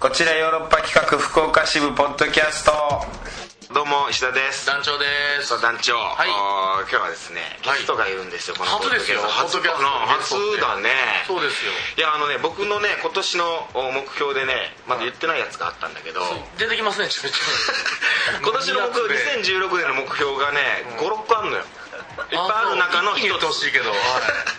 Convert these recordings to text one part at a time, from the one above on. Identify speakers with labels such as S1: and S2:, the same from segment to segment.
S1: こちらヨーロッパ企画福岡支部ポッドキャストどうも石田です
S2: 団長です
S1: そう団長、
S2: はい
S1: あー今日はですねゲ
S2: はい
S1: ストがいるんですよ、この
S2: 初ですよ
S1: 初
S2: ポッドキャストのゲストって
S1: 初だね
S2: そうですよ
S1: いやあのね僕のね今年のお目標でねまだ言ってないやつがあったんだけど、
S2: 出てきますねちょいち ょい
S1: 今年の目標
S2: いいやつで
S1: 2016年の目標がね56個あるのよいっぱいある中の
S2: あそう一気に言
S1: 一
S2: ってほ
S1: つ
S2: しいけどはい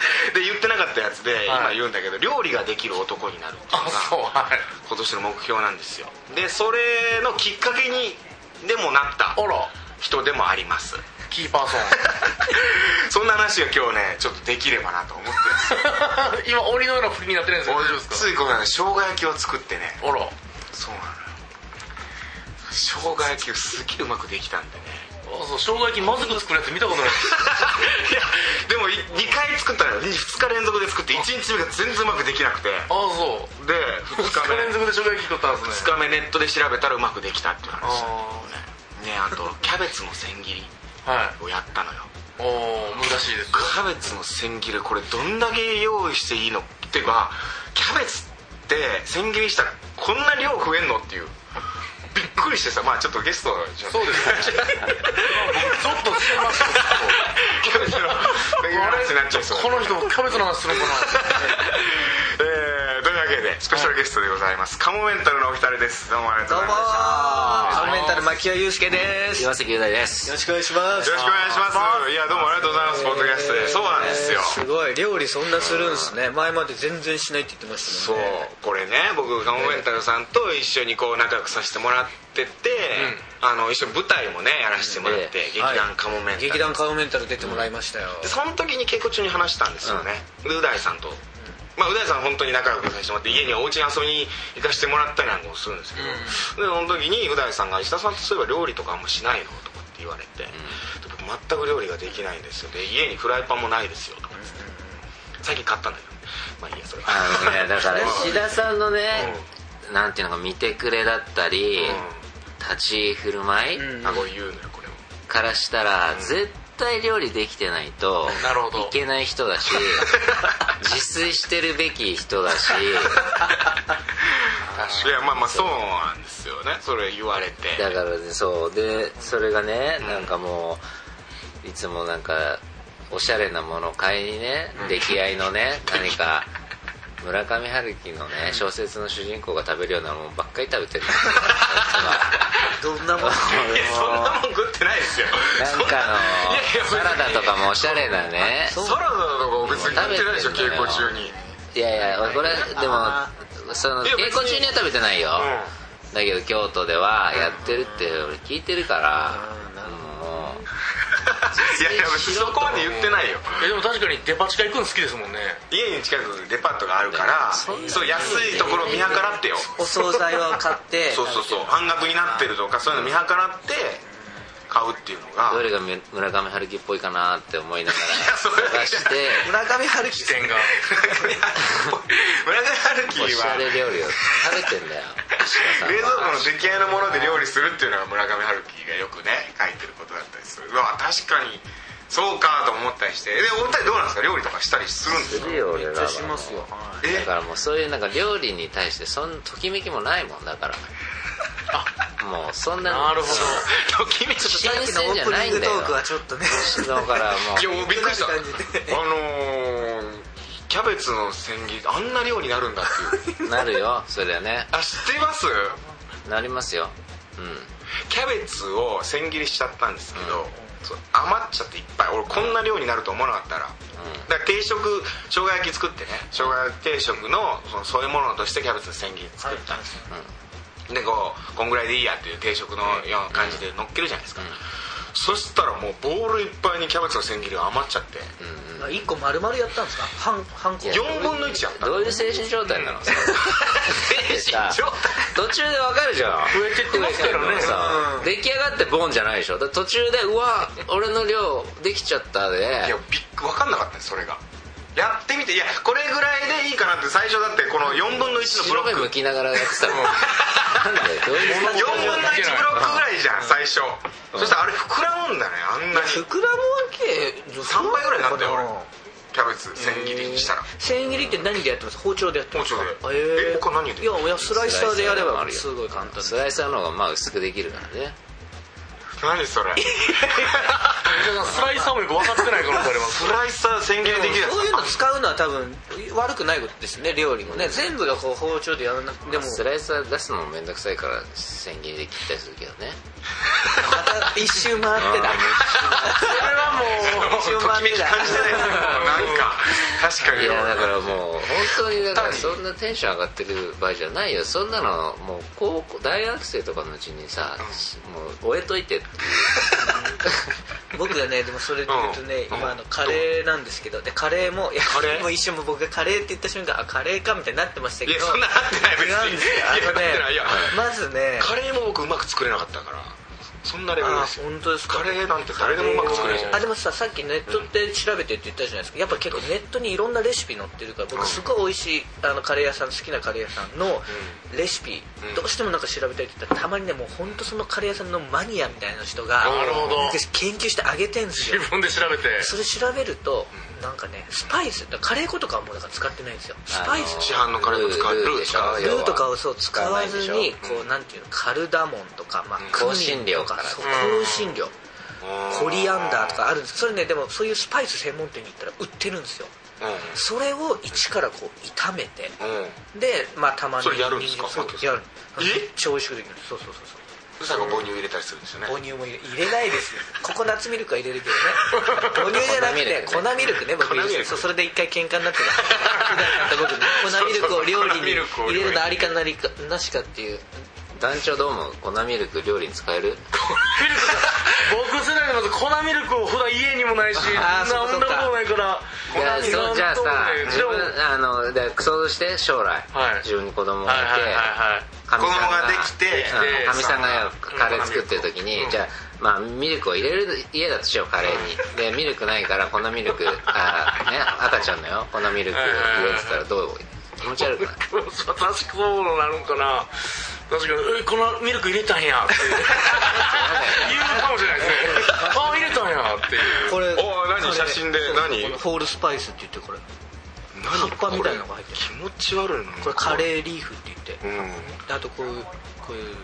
S1: で言ってなかったやつで、今
S2: はい
S1: 言うんだけど料理ができる男になるっていう
S2: あ
S1: の
S2: そう
S1: が
S2: はい
S1: 今年の目標なんですよでそれのきっかけにでもなった
S2: あら
S1: 人でもあります
S2: キーパーソン
S1: そんな話が今日ねちょっとできればなと思ってるんですよ
S2: 今檻のような振りになってないんですけど大丈夫です
S1: ついこの間生姜焼きを作ってね
S2: かあら
S1: そうなのよ生姜焼きをすげえうまくできたんでね
S2: あそう生姜焼きまずく作るやつ見たことない
S1: いやでも2回作ったのよ2日連続で作って1日目が全然うまくできなくて
S2: あそう
S1: で
S2: 2
S1: 2日
S2: 日
S1: 目
S2: 連続で生姜焼き食ったんです
S1: 2
S2: ね
S1: 日目ネットで調べたらうまくできたっていう話ね
S2: あ
S1: あとキャベツの千切り
S2: あはい
S1: をやったのよ
S2: おー難しいです
S1: キャベツの千切りこれどんだけ用意していいのっていうかキャベツって千切りしたらこんな量増えんのっていうびっくりしてさまあちょっとゲストじゃん
S2: そうですねちょっと捨てま した
S1: キャベ ツの千切りの話になっちゃいそう
S2: この人もキャベツの話するのか
S1: えーというわけでスペシャルゲストでございます、カモメンタルのお二人ですどうもありがと
S3: ど
S1: う
S3: う
S1: ご
S3: も
S1: ざい
S3: ー
S1: ました
S3: メンタル牧尾祐介ですよ
S4: 岩崎雄大です
S3: ろしくお願いします
S1: よろしくお願いしますいやどうもありがとうございますポッドキャストでそうなんですよ、
S3: すごい料理そんなするんですね前まで全然しないって言ってました
S1: そう
S3: もんね
S1: これね僕カモメンタルさんと一緒にこう仲良くさせてもらってて、あの一緒に舞台もねやらせてもらって、劇団カモメ
S3: は
S1: ンタル、
S3: い劇団カモメンタル出てもらいましたよ
S1: でその時に稽古中に話したんですよね、でうだいさんと、まあうだいさん本当に仲良くさせてもらって家にお家に遊びに行かせてもらったりなんかもするんですけど、でその時にうだいさんが「石田さんとそういえば料理とかあんましないの?」とかって言われて、で僕全く料理ができないんですよで家にフライパンもないですよ」とか言って最近買ったんだけどまあいいやそれは
S4: あのねだから
S1: うん
S4: 石田さんのね、なんていうのか見てくれだったり、立ち居振る舞い
S3: うん
S1: あこれ言うのよこれも
S4: からしたら、絶対料理できてないと
S2: なるほど
S4: いけない人だし自炊してるべき人だし
S1: いやまあまあそうなんですよねそれ言われて
S4: だからねそうでそれがね、なんかもういつもなんかおしゃれなものを買いにね出来合いのね何か村上春樹のね小説の主人公が食べるようなものばっかり食べてるんですよ
S3: ど んなもん
S1: いやそんなもん食ってないですよ
S4: なんかの
S1: そん
S4: サ
S1: な
S4: ラダとかもおしゃれなね
S1: いやいやサラダとか別に食ってないでしょ
S4: 食べ
S1: 稽
S4: てんだよ
S1: 古中に
S4: いやいやこれでもその
S1: いや別に
S4: 稽古中には食べてないよだけど京都ではやってるって俺聞いてるから
S3: あーなる
S4: もう
S1: いやいやそこまで言ってないよ
S2: えでも確かにデパ地下行くの好きですもんね
S1: 家に近くデパートがあるから
S4: そんな
S1: そう安いところを見計らってよ
S3: お惣菜を買って
S1: そうそうそう半額になってるとかそういうの見計らって買うっていうのが
S4: どれ
S1: い
S4: がむ村上春樹っぽいかなって思いなが
S1: やそれ
S4: ら探 して
S3: 村上春樹
S2: 点が
S1: 村上春樹
S4: おしゃ
S1: は
S4: れ料理を食べてんだよ石田さん
S1: 冷蔵庫の
S4: は
S1: 出来合いのもので料理するっていうのが村上春樹がよくね書いてることだったりするうわ確かにそうかと思ったりしてでお二人どうなんですか料理とかしたりするんです
S4: す
S1: か
S4: るよ俺らは
S3: 出しますよ
S1: え
S4: だからもうそういうなんか料理に対してそんなときめきもないもんだからもうそんな
S2: なるほど
S1: と きめき
S4: 新
S3: さっきのオ
S4: 鮮じ
S3: ー
S4: ゃ
S3: プ
S4: ない
S3: ニン
S4: ん
S3: グ
S4: だ
S3: ト
S4: よ
S3: ークはちょっとね
S4: だからも
S1: いやもうびっくりしたあ
S3: 感
S1: の
S3: じで
S1: ー、キャベツの千切りあんな量になるんだっていう
S4: うなるよそれはね
S1: あ知ってます
S4: なりますようん
S1: キャベツを千切りしちゃったんですけど、そう余っちゃっていっぱい俺こんな量になると思わなかったら、だから定食生姜焼き作ってね生姜焼き定食のその添え物としてキャベツの千切り作ったんですよ、でこうこんぐらいでいいやっていう定食のような感じで乗っけるじゃないですか、そしたらもうボールいっぱいにキャベツの千切りが余っちゃって、
S3: 1個丸々やったんですか半半個
S4: いや
S1: 4分の1やった
S4: どういう精神 状態なの、それ
S1: 精神状態
S4: 途中でわかるじゃん
S2: 増えてってますからね
S4: 増えてんのさ出来上がってボンじゃないでしょだから途中でうわ俺の量できちゃったで
S1: いやびっく分かんなかったねそれがやってみていやこれぐらいでいいかなって最初だってこの4分の1のブロ
S4: 白
S1: ッ
S4: 目
S1: ク
S4: 向きながらやってたもんなんだよどういう
S1: 4分の1ブロックぐらいじゃん最初そしたらあれ膨らむんだねあんなに
S3: 膨らむわけ
S1: 3倍ぐらいになったよ俺キャベツ千切りにしたら
S3: 千切りって何でやってます包丁でやってますか
S1: 包丁で
S3: へ
S1: え他何で
S3: いやいやスライサーでやればすごい簡単です
S4: スライサーの方がまあ薄くできるからね
S1: 何それ
S2: スライサーもよく分かってない可能性あります
S1: スライサー千切りできるやつ
S3: そういうの使うのは多分悪くないことですね料理もね全部がこう包丁でやらなくてでも
S4: スライサー出すのもめんどくさいから千切りで切ったりするけどね
S3: また一周回ってだ
S2: それはもう
S3: 一周
S1: とき
S3: 回
S1: め
S3: って
S1: き
S3: だ
S1: 感じないですねなんか確か
S4: い
S1: に
S4: やだからもう本当にだから
S1: 単に
S4: そんなテンション上がってる場合じゃないよそんなのもう高校大学生とかのうちにさ、もう終えといてって
S3: 僕がねでもそれで言うとね、
S1: うん
S3: 今あのカレーなんですけどでカレーもいや
S1: カレー
S3: もう一瞬もう僕がカレーって言った瞬間あカレーかみたいになってましたけど
S1: いやそんななってない別に
S3: 違うんですよあの
S1: いやなってない
S3: ね
S1: いや
S3: まずね
S1: カレーも僕うまく作れなかったからそんなレベル
S3: あ
S1: ですよ
S3: 本当ですか
S1: カレーなんて誰でもうまく作れるじゃな
S3: あ
S1: い
S3: でもささっきネットで調べてって言ったじゃないですかやっぱ結構ネットにいろんなレシピ載ってるから僕すごい美味しいあのカレー屋さん好きなカレー屋さんのレシピ、
S1: うん
S3: どうしてもなんか調べたいって言ったらたまにねもう本当そのカレー屋さんのマニアみたいな人が
S2: なるほど
S3: 昔研究してあげてんです
S2: 自
S3: よ
S2: 分で調べて
S3: それ調べるとなんかねスパイスだからカレー粉とかはもうだから使ってないんですよスパイス
S4: あの
S1: 市販のカレーも使う
S4: ルーでしょ
S1: ルー使う
S4: 要
S3: ル
S4: は
S3: ーとかをそう使わず
S4: 使わない
S3: に
S4: でし
S3: こうなんていうのカルダモンとかまあク
S4: 香
S3: ミ
S4: 辛
S3: ン
S4: 料
S3: と
S4: か
S3: からそう
S1: う
S3: 香
S1: ん
S3: 辛料コリアンダーとかあるんですそれねでもそういうスパイス専門店に行ったら売ってるんですよ
S1: う
S3: それを一からこう炒めて
S1: んうん
S3: でまあ玉ねぎ
S1: それやるんですか
S3: 人参
S1: マキ
S3: そうやる
S1: え
S3: めっちゃ美味しくできるんですそうそうそうそう
S1: 最後母乳入れたりするんですよね
S3: 母乳も入れ入れないですよココナッツミルクは入れるけ どね母乳じゃなくて粉
S4: 粉
S3: ミルクね僕
S1: 粉ミルク
S3: そうそれで一回喧嘩になって た僕ね粉ミルクを料理
S1: そうそう粉
S3: に
S1: ミルクを
S3: 入
S1: 料理に
S3: れるのありかなりかなしかっていう
S4: 団長どうも粉ミルク料理に使え
S2: ミ
S4: る
S2: ルク僕世代でまず粉ミルクを普段家にもないし
S3: あーそっかそ
S2: 飲
S3: っ
S2: ん
S3: か
S2: だことないから
S4: いや
S2: 粉ミルク
S4: そうじゃあさ
S2: なんてこ
S4: 自
S2: と
S4: 分
S2: ないでも
S4: あのだから想像して将来、
S2: はい
S4: 自分に子供がい
S2: はい
S4: て、
S2: はいはいはい
S4: かみさん
S1: 子供ができて
S4: うんかみさんがカレー作ってる時に、
S2: うん
S4: じゃあ、まあ、ミルクを入れる家だとしようカレーにでミルクないから粉ミルクあ、ね、赤ちゃんのよ粉ミルク入れてたらどう気持ち悪くない
S2: 私こうなるんかな確かに「えこのミルク入れたんや」っていう言うかもしれないですね「ああ入れたんや」っていう
S3: これ
S1: おー
S3: こ
S1: 何
S3: れね
S1: 写真で
S3: そう
S1: 何
S3: このホールスパイスって言ってこれ
S1: 何
S3: 葉っぱみたいなのが入ってる
S1: これ気持ち悪いな
S3: これカレーリーフって言って
S1: うん
S3: であとこういうこういうのが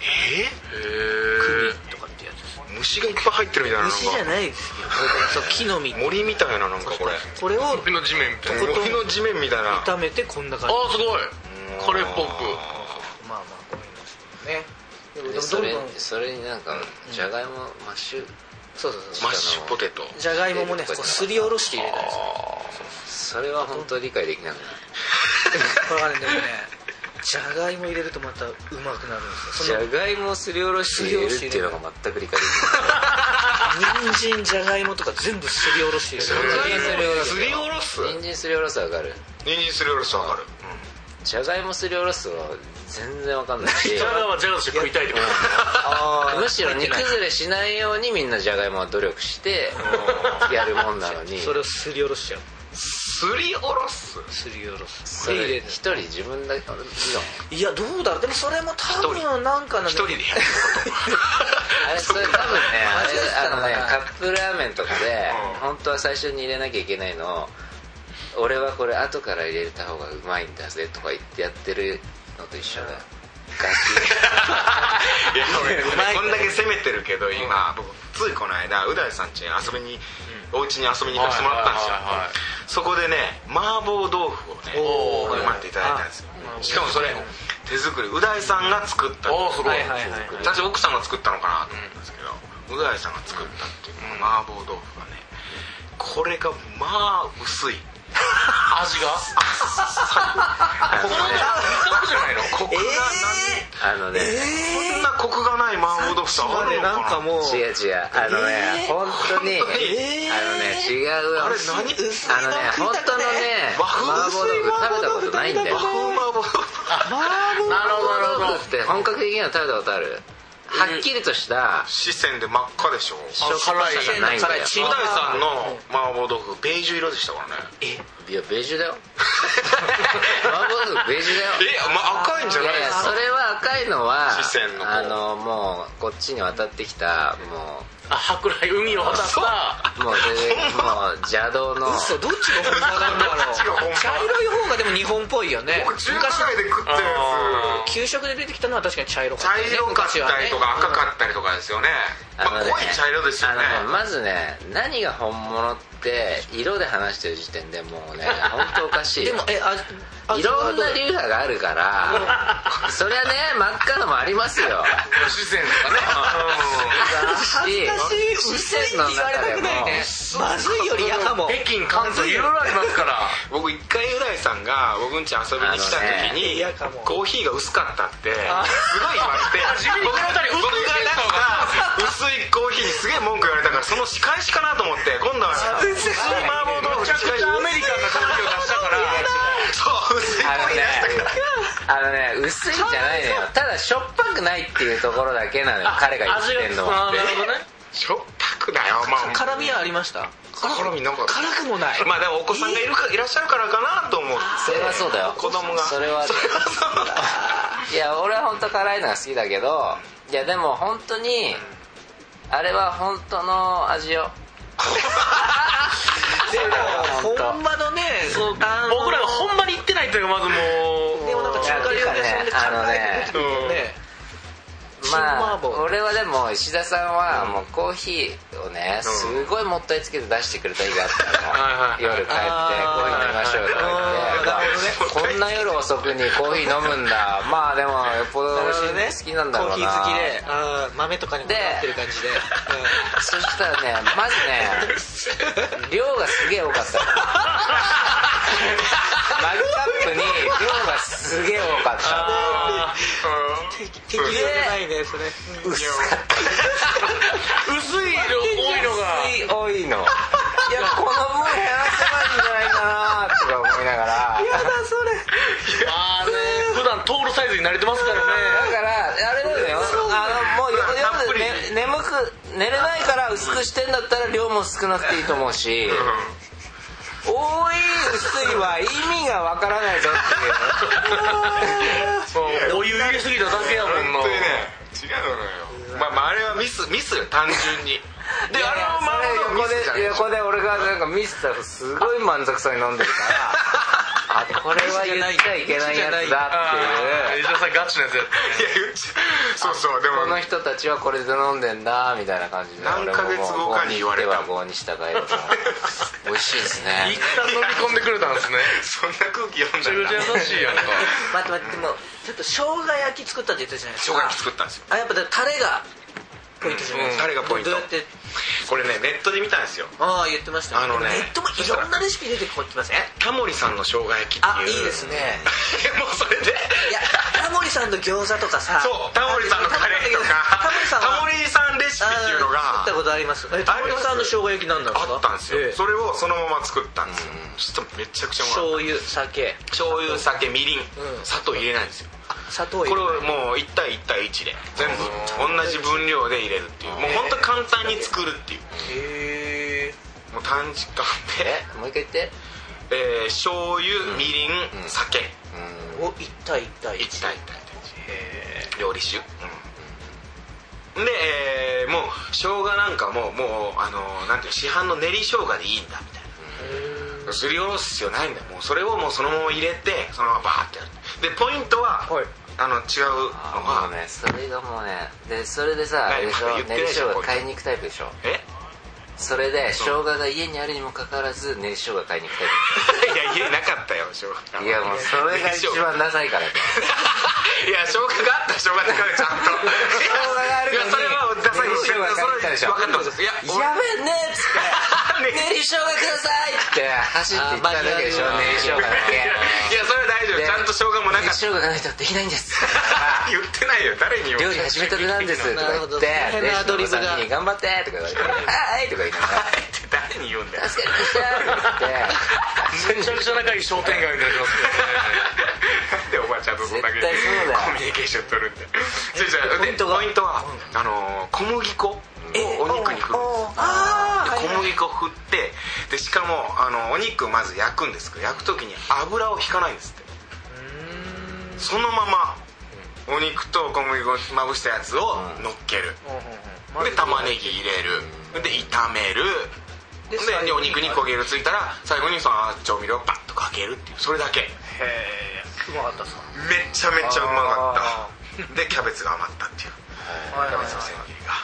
S1: え
S2: へ
S3: とかってやつです
S1: ー虫がいっぱい入ってるみたいなのが
S3: 虫じゃないです よそう木の実
S1: 森みたいななんかこれ
S3: これを
S2: えの地面みたいな
S3: こ
S1: 森の地面みたいな
S3: 炒めてこんな感じ
S2: ああすごいカレーっぽく
S3: まあまあこういうの
S4: で
S3: ですよ
S4: そ
S3: ね
S4: れ
S3: でもどんどん
S4: それになんかじゃがいもマッシュ
S3: そうそうそう
S1: マッシュポテト
S3: じゃがいももねこうすりおろして入れたんですよ
S4: それは本当理解できなくない
S3: これがねでもねじゃがいも入れるとまたうまくなるんです
S4: じ
S3: よ
S4: ゃがいもをすりおろして入れるっていうのが全く理解できない
S3: その人参じゃがいもとか全部すりおろして入れる
S1: すりおろす
S4: 人参すりおろすわかる
S1: 人参すりおろすわかる
S4: じゃがいもすりおろすは全然わかんないし
S2: ジャガーはジャガーとして食いたいってことなんだ
S3: あー
S4: むしろ煮崩れしないようにみんなじゃがいもは努力してやるもんなのに
S3: それをすりおろしちゃう
S1: すりおろす
S3: すりおろす
S4: そ
S3: で入
S4: れ
S3: れる
S4: 一人自分だけの
S3: いやどうだろうでもそれも多分なんかの
S1: 一人でやる
S4: あれそれ多分ねあ
S3: マジです
S4: れ
S3: か
S4: あのね
S3: ね
S4: カップラーメンとかで本当は最初に入れなきゃいけないのを俺はこれ後から入れた方がうまいんだぜとか言ってやってるのと一緒だよガチ
S1: いや俺
S3: うまい
S1: こんだけ攻めてるけど今僕ついこの間う大さんちに遊びにお家に遊びに行かせてもらったんですよ
S2: はいはいはいはい
S1: そこでね麻婆豆腐をね
S2: おー
S1: 振る舞っていただいたんですよしかもそれ手作りう大さんが作った
S2: ああすごい
S3: はいはいはい
S1: 私奥さんが作ったのかなと思ったんですけどう大さんが作ったっていうこの麻婆豆腐がねこれがまあ薄い
S2: 味がこの味覚じゃないの
S1: コクが
S3: え
S1: な
S4: あのね
S1: んこんなコクがない麻婆豆腐さ
S3: ー
S1: あるの
S3: なん
S1: か
S3: か
S1: な
S3: もう
S4: 違う違うあのね、
S3: えー
S4: 本当に、
S1: え
S3: ー
S4: あのね違うよ
S1: あれ何
S3: 薄い
S4: あのね本当のね
S1: 和風
S4: 麻婆豆腐食べたことないんだよ
S1: 和風麻婆豆腐
S4: 麻
S2: なるほどなるほど
S4: 婆豆腐って本格的には食べたことあるはっきりとした
S1: 四川で真っ赤でしょう
S4: 食感
S2: 辛
S4: が
S2: い
S4: ないんだ
S3: 辛い
S4: よ
S1: 大さんの麻婆豆腐ベージュ色でしたからね
S4: いやベージュだよ麻婆豆腐ベージュだよ
S1: えま赤いんじゃ
S4: い
S1: ない
S4: や
S1: で
S4: いや
S1: す
S4: そ
S1: か
S4: れは赤いのは
S1: 視線の方
S4: あのもうこっちに渡ってきたも
S2: あ舶来海を渡った
S4: うもう全然もう邪道の
S3: 嘘どっちが本場なんだ
S1: ど
S3: ろ
S1: っちが本
S3: う
S1: 場
S3: 茶色い方がでも日本っぽいよね
S1: 僕中華街で食ったや
S2: あ
S1: つ
S3: 給食で出てきたのは確かに茶色かったよね
S1: 茶色かっ
S3: 昔は
S1: たり
S3: ね
S1: とか赤かったりとかですよねまあ濃い茶色ですよね
S4: あのまずね何が本物って色で話してる時点でもうね本当おかしい
S3: で
S4: よ
S3: もえああ
S4: いろんな流派があるからそりゃね真っ赤のもありますよ
S1: 不自然とかね
S3: 恥ずかしい
S4: し
S3: 薄いって言われたくないねまずいより嫌かも
S2: 北京関東いろいろありますから
S1: 僕一回う大さんが僕ん家遊びに来た
S3: あ
S1: 時
S3: のね
S1: に
S3: 嫌かも
S1: コーヒーが薄かったってすごい言わ
S3: あ
S1: れて
S2: あ地味に
S1: 僕
S2: この辺り
S1: 僕が出した薄いコーヒーにすげえ文句言われたからその仕返しかなと思って今度は薄い麻婆豆腐
S2: めちゃ
S1: 仕返
S2: く
S1: し
S2: ちゃアメリカンな感じを出したから
S1: そう薄いコ
S4: あの
S1: ーヒー出
S4: ね
S1: したから
S4: あのね薄いんじゃないのよ ただしょっぱくないっていうところだけなのよ彼が言ってんのは
S2: あなるほどね
S1: しょっぱくだよまあ
S3: 辛みはありました
S1: 辛みなんか
S3: 辛くもない
S1: まあでもお子さんがいるかいらっしゃるからかなと思う
S4: それはそうだよ
S1: 子供が
S4: それはあるいや俺は本当辛いのが好きだけどいやでも本当にあれは本当の味よ
S3: で
S4: 本
S3: も
S4: 当
S3: 本場のねそう
S2: 僕らがほんまに行ってないというかまずもう
S3: でもなんか中華料理屋さんで辛いって出てくるよね
S4: ま
S3: 新麻
S4: あ
S3: 婆
S4: 俺はでも石田さんはもうコーヒーをねすごいもったいつけて出してくれた日があったの
S2: はいはいはい
S4: 夜帰ってコ
S3: あ
S4: ー
S3: ー
S4: ヒー飲みましょうよとか
S3: あーなる
S4: 言ってこんな夜遅くにコーヒー飲むんだまあでもよっぽど美味しい好きなんだろ
S3: コ
S4: うな
S3: ーヒー好きであー豆とかにもこだわってる感じで
S4: そしたらねまずね量がすげえ多かったのマグカップに量がすげえ多かった
S2: あ
S3: うん適適量じゃないねそれ
S4: の薄かった
S2: ー薄い色多いのが
S4: 薄い多いのいやこの分減らせばいいんじゃないかなとか思いながら
S3: やだそれ
S2: まあね普段通るサイズに慣れてますからね
S4: だからあれだよあのもうよ
S1: たっぷり
S4: 夜、ね、眠く寝れないから薄くしてんだったら量も少なくていいと思うし、多い薄いは意味がわからないぞっていう
S2: そうお湯入れすぎただけやもんな
S1: 本当にね違うのよまあまああれはミスミスよ単純にであれはまあ
S4: それ
S1: ミスじゃない
S4: 横で横で俺がなんかミスターすごい満足そうに飲んでる からあこれは言っちゃいけないやつだ
S2: あ
S4: っ
S2: ー
S4: ていう
S2: 石田さんガチなやつやっ
S1: いやうちそうそうでも
S4: この人たちはこれで飲んでんだみたいな感じで
S1: 何ヶ月後かに言われた
S4: 俺ももう5に従える美味しいです ね
S2: た一旦飲み込んでくれたんですね
S1: そんな空気読ん
S2: めちゃ
S1: だ
S2: く
S1: ら
S2: ちゃ優しいやんか
S3: 待って待ってでもちょっと生姜焼き作ったって言ったじゃないです
S1: 生
S3: か
S1: 姜焼き作ったんですよ
S3: あやっぱだからタレがポイントじゃないですか、
S1: うんタレがポイント
S3: どうやって
S1: これねネットで見たんですよ
S3: ああ言ってました
S1: あのね
S3: でもネットもいろんなレシピ出てこきません
S1: タモリさんの生姜焼きっていう
S3: あいいですね
S1: もうそれで
S3: いやタモリさんの餃子とかさ
S1: そうタモリさんのカレーとか
S3: タモリさんは
S1: タモリさんレシピっていうの
S3: あー作
S1: が
S3: ったことありますえタモリさんの生姜焼きなんなんですか
S1: あったんですよ、
S3: ええ
S1: それをそのまま作ったんですよ、ちょっとめちゃくちゃうまい
S3: 醤油酒
S1: 醤油酒みりん、
S3: うん
S1: 砂糖入れないんですよ
S3: 砂糖
S1: こ
S3: 入
S1: れ
S3: れ
S1: を
S3: ない
S1: もう1対1対1で全部同じ分量で入れるっていうもう本当簡単に作るっていう
S3: へえ
S1: もう短時間で、
S4: えもう一回言って
S1: えー、醤油みりん、酒
S3: お一対一対
S1: 1
S3: 一
S1: 対1対1料理酒、うん、で、えーもう生姜なんかももうあのーなんていうの市販の練り生姜でいいんだみたいなすりおろす必要ないんだよもうそれをもうそのまま入れてそのままバーってやるでポイントは、
S3: はい
S1: あの違うの
S4: あもう
S1: が
S4: ねそれがもうねでそれでさあれでしょ
S1: 何まだ言ってな
S4: 練
S1: い
S4: り
S1: でし
S4: 生
S1: ょ
S4: 姜買いに行くタイプでしょ
S1: え
S4: それで生姜が家にあるにもかかわらず練り生姜買いに行くタイプ
S1: い
S4: でしょ
S1: や家なかったよ生姜
S4: いや もうそれが一番ダサいからね
S1: いや生姜があった生姜使うよちゃんと
S4: 生姜があるの
S1: いや
S4: に
S1: それはダサい
S4: 練り生姜買いに行ったでしょ
S1: それは分かってますいや
S4: 「
S1: 俺
S4: やべえね」っつ って「練り生姜ください」って走って行っただけでしょ
S3: あ
S4: 練り生姜だ
S1: いやいやそれは大丈
S4: け
S1: 夫ちゃんと生姜もなかっ
S4: 練り
S1: た
S4: 生姜がないとできないん です
S1: 言ってないよ誰に言
S4: 料理始めたてなんです とか言ってレシピのさんに「頑張って」とか言われて「はい」とか言いながら
S1: 誰に言うんだよ
S4: 助けてください
S2: めちゃくちゃ仲いい商店街になります
S1: なんでおばあちゃんとそんだけ
S4: 絶対そうだよ
S1: コミュニケーション取るんだよじゃあじゃあで
S3: ポイントが
S1: ポイントはあのー小麦粉をお肉に振るんです
S3: ああ
S1: で小麦粉を振ってでしかもあのお肉まず焼くんですけど焼く時に油を引かないんですってそのままおお肉と小麦粉をまぶしたやつを乗っける、
S2: うん
S1: で玉ねぎ入れる、で炒めるで
S3: で最後に
S1: お肉に焦げるついたら最後にその調味料をバッとかけるっていうそれだけ
S3: へえうまかったっすか
S1: めちゃめちゃうまかったでキャベツが余ったっていうキャベツの千切りが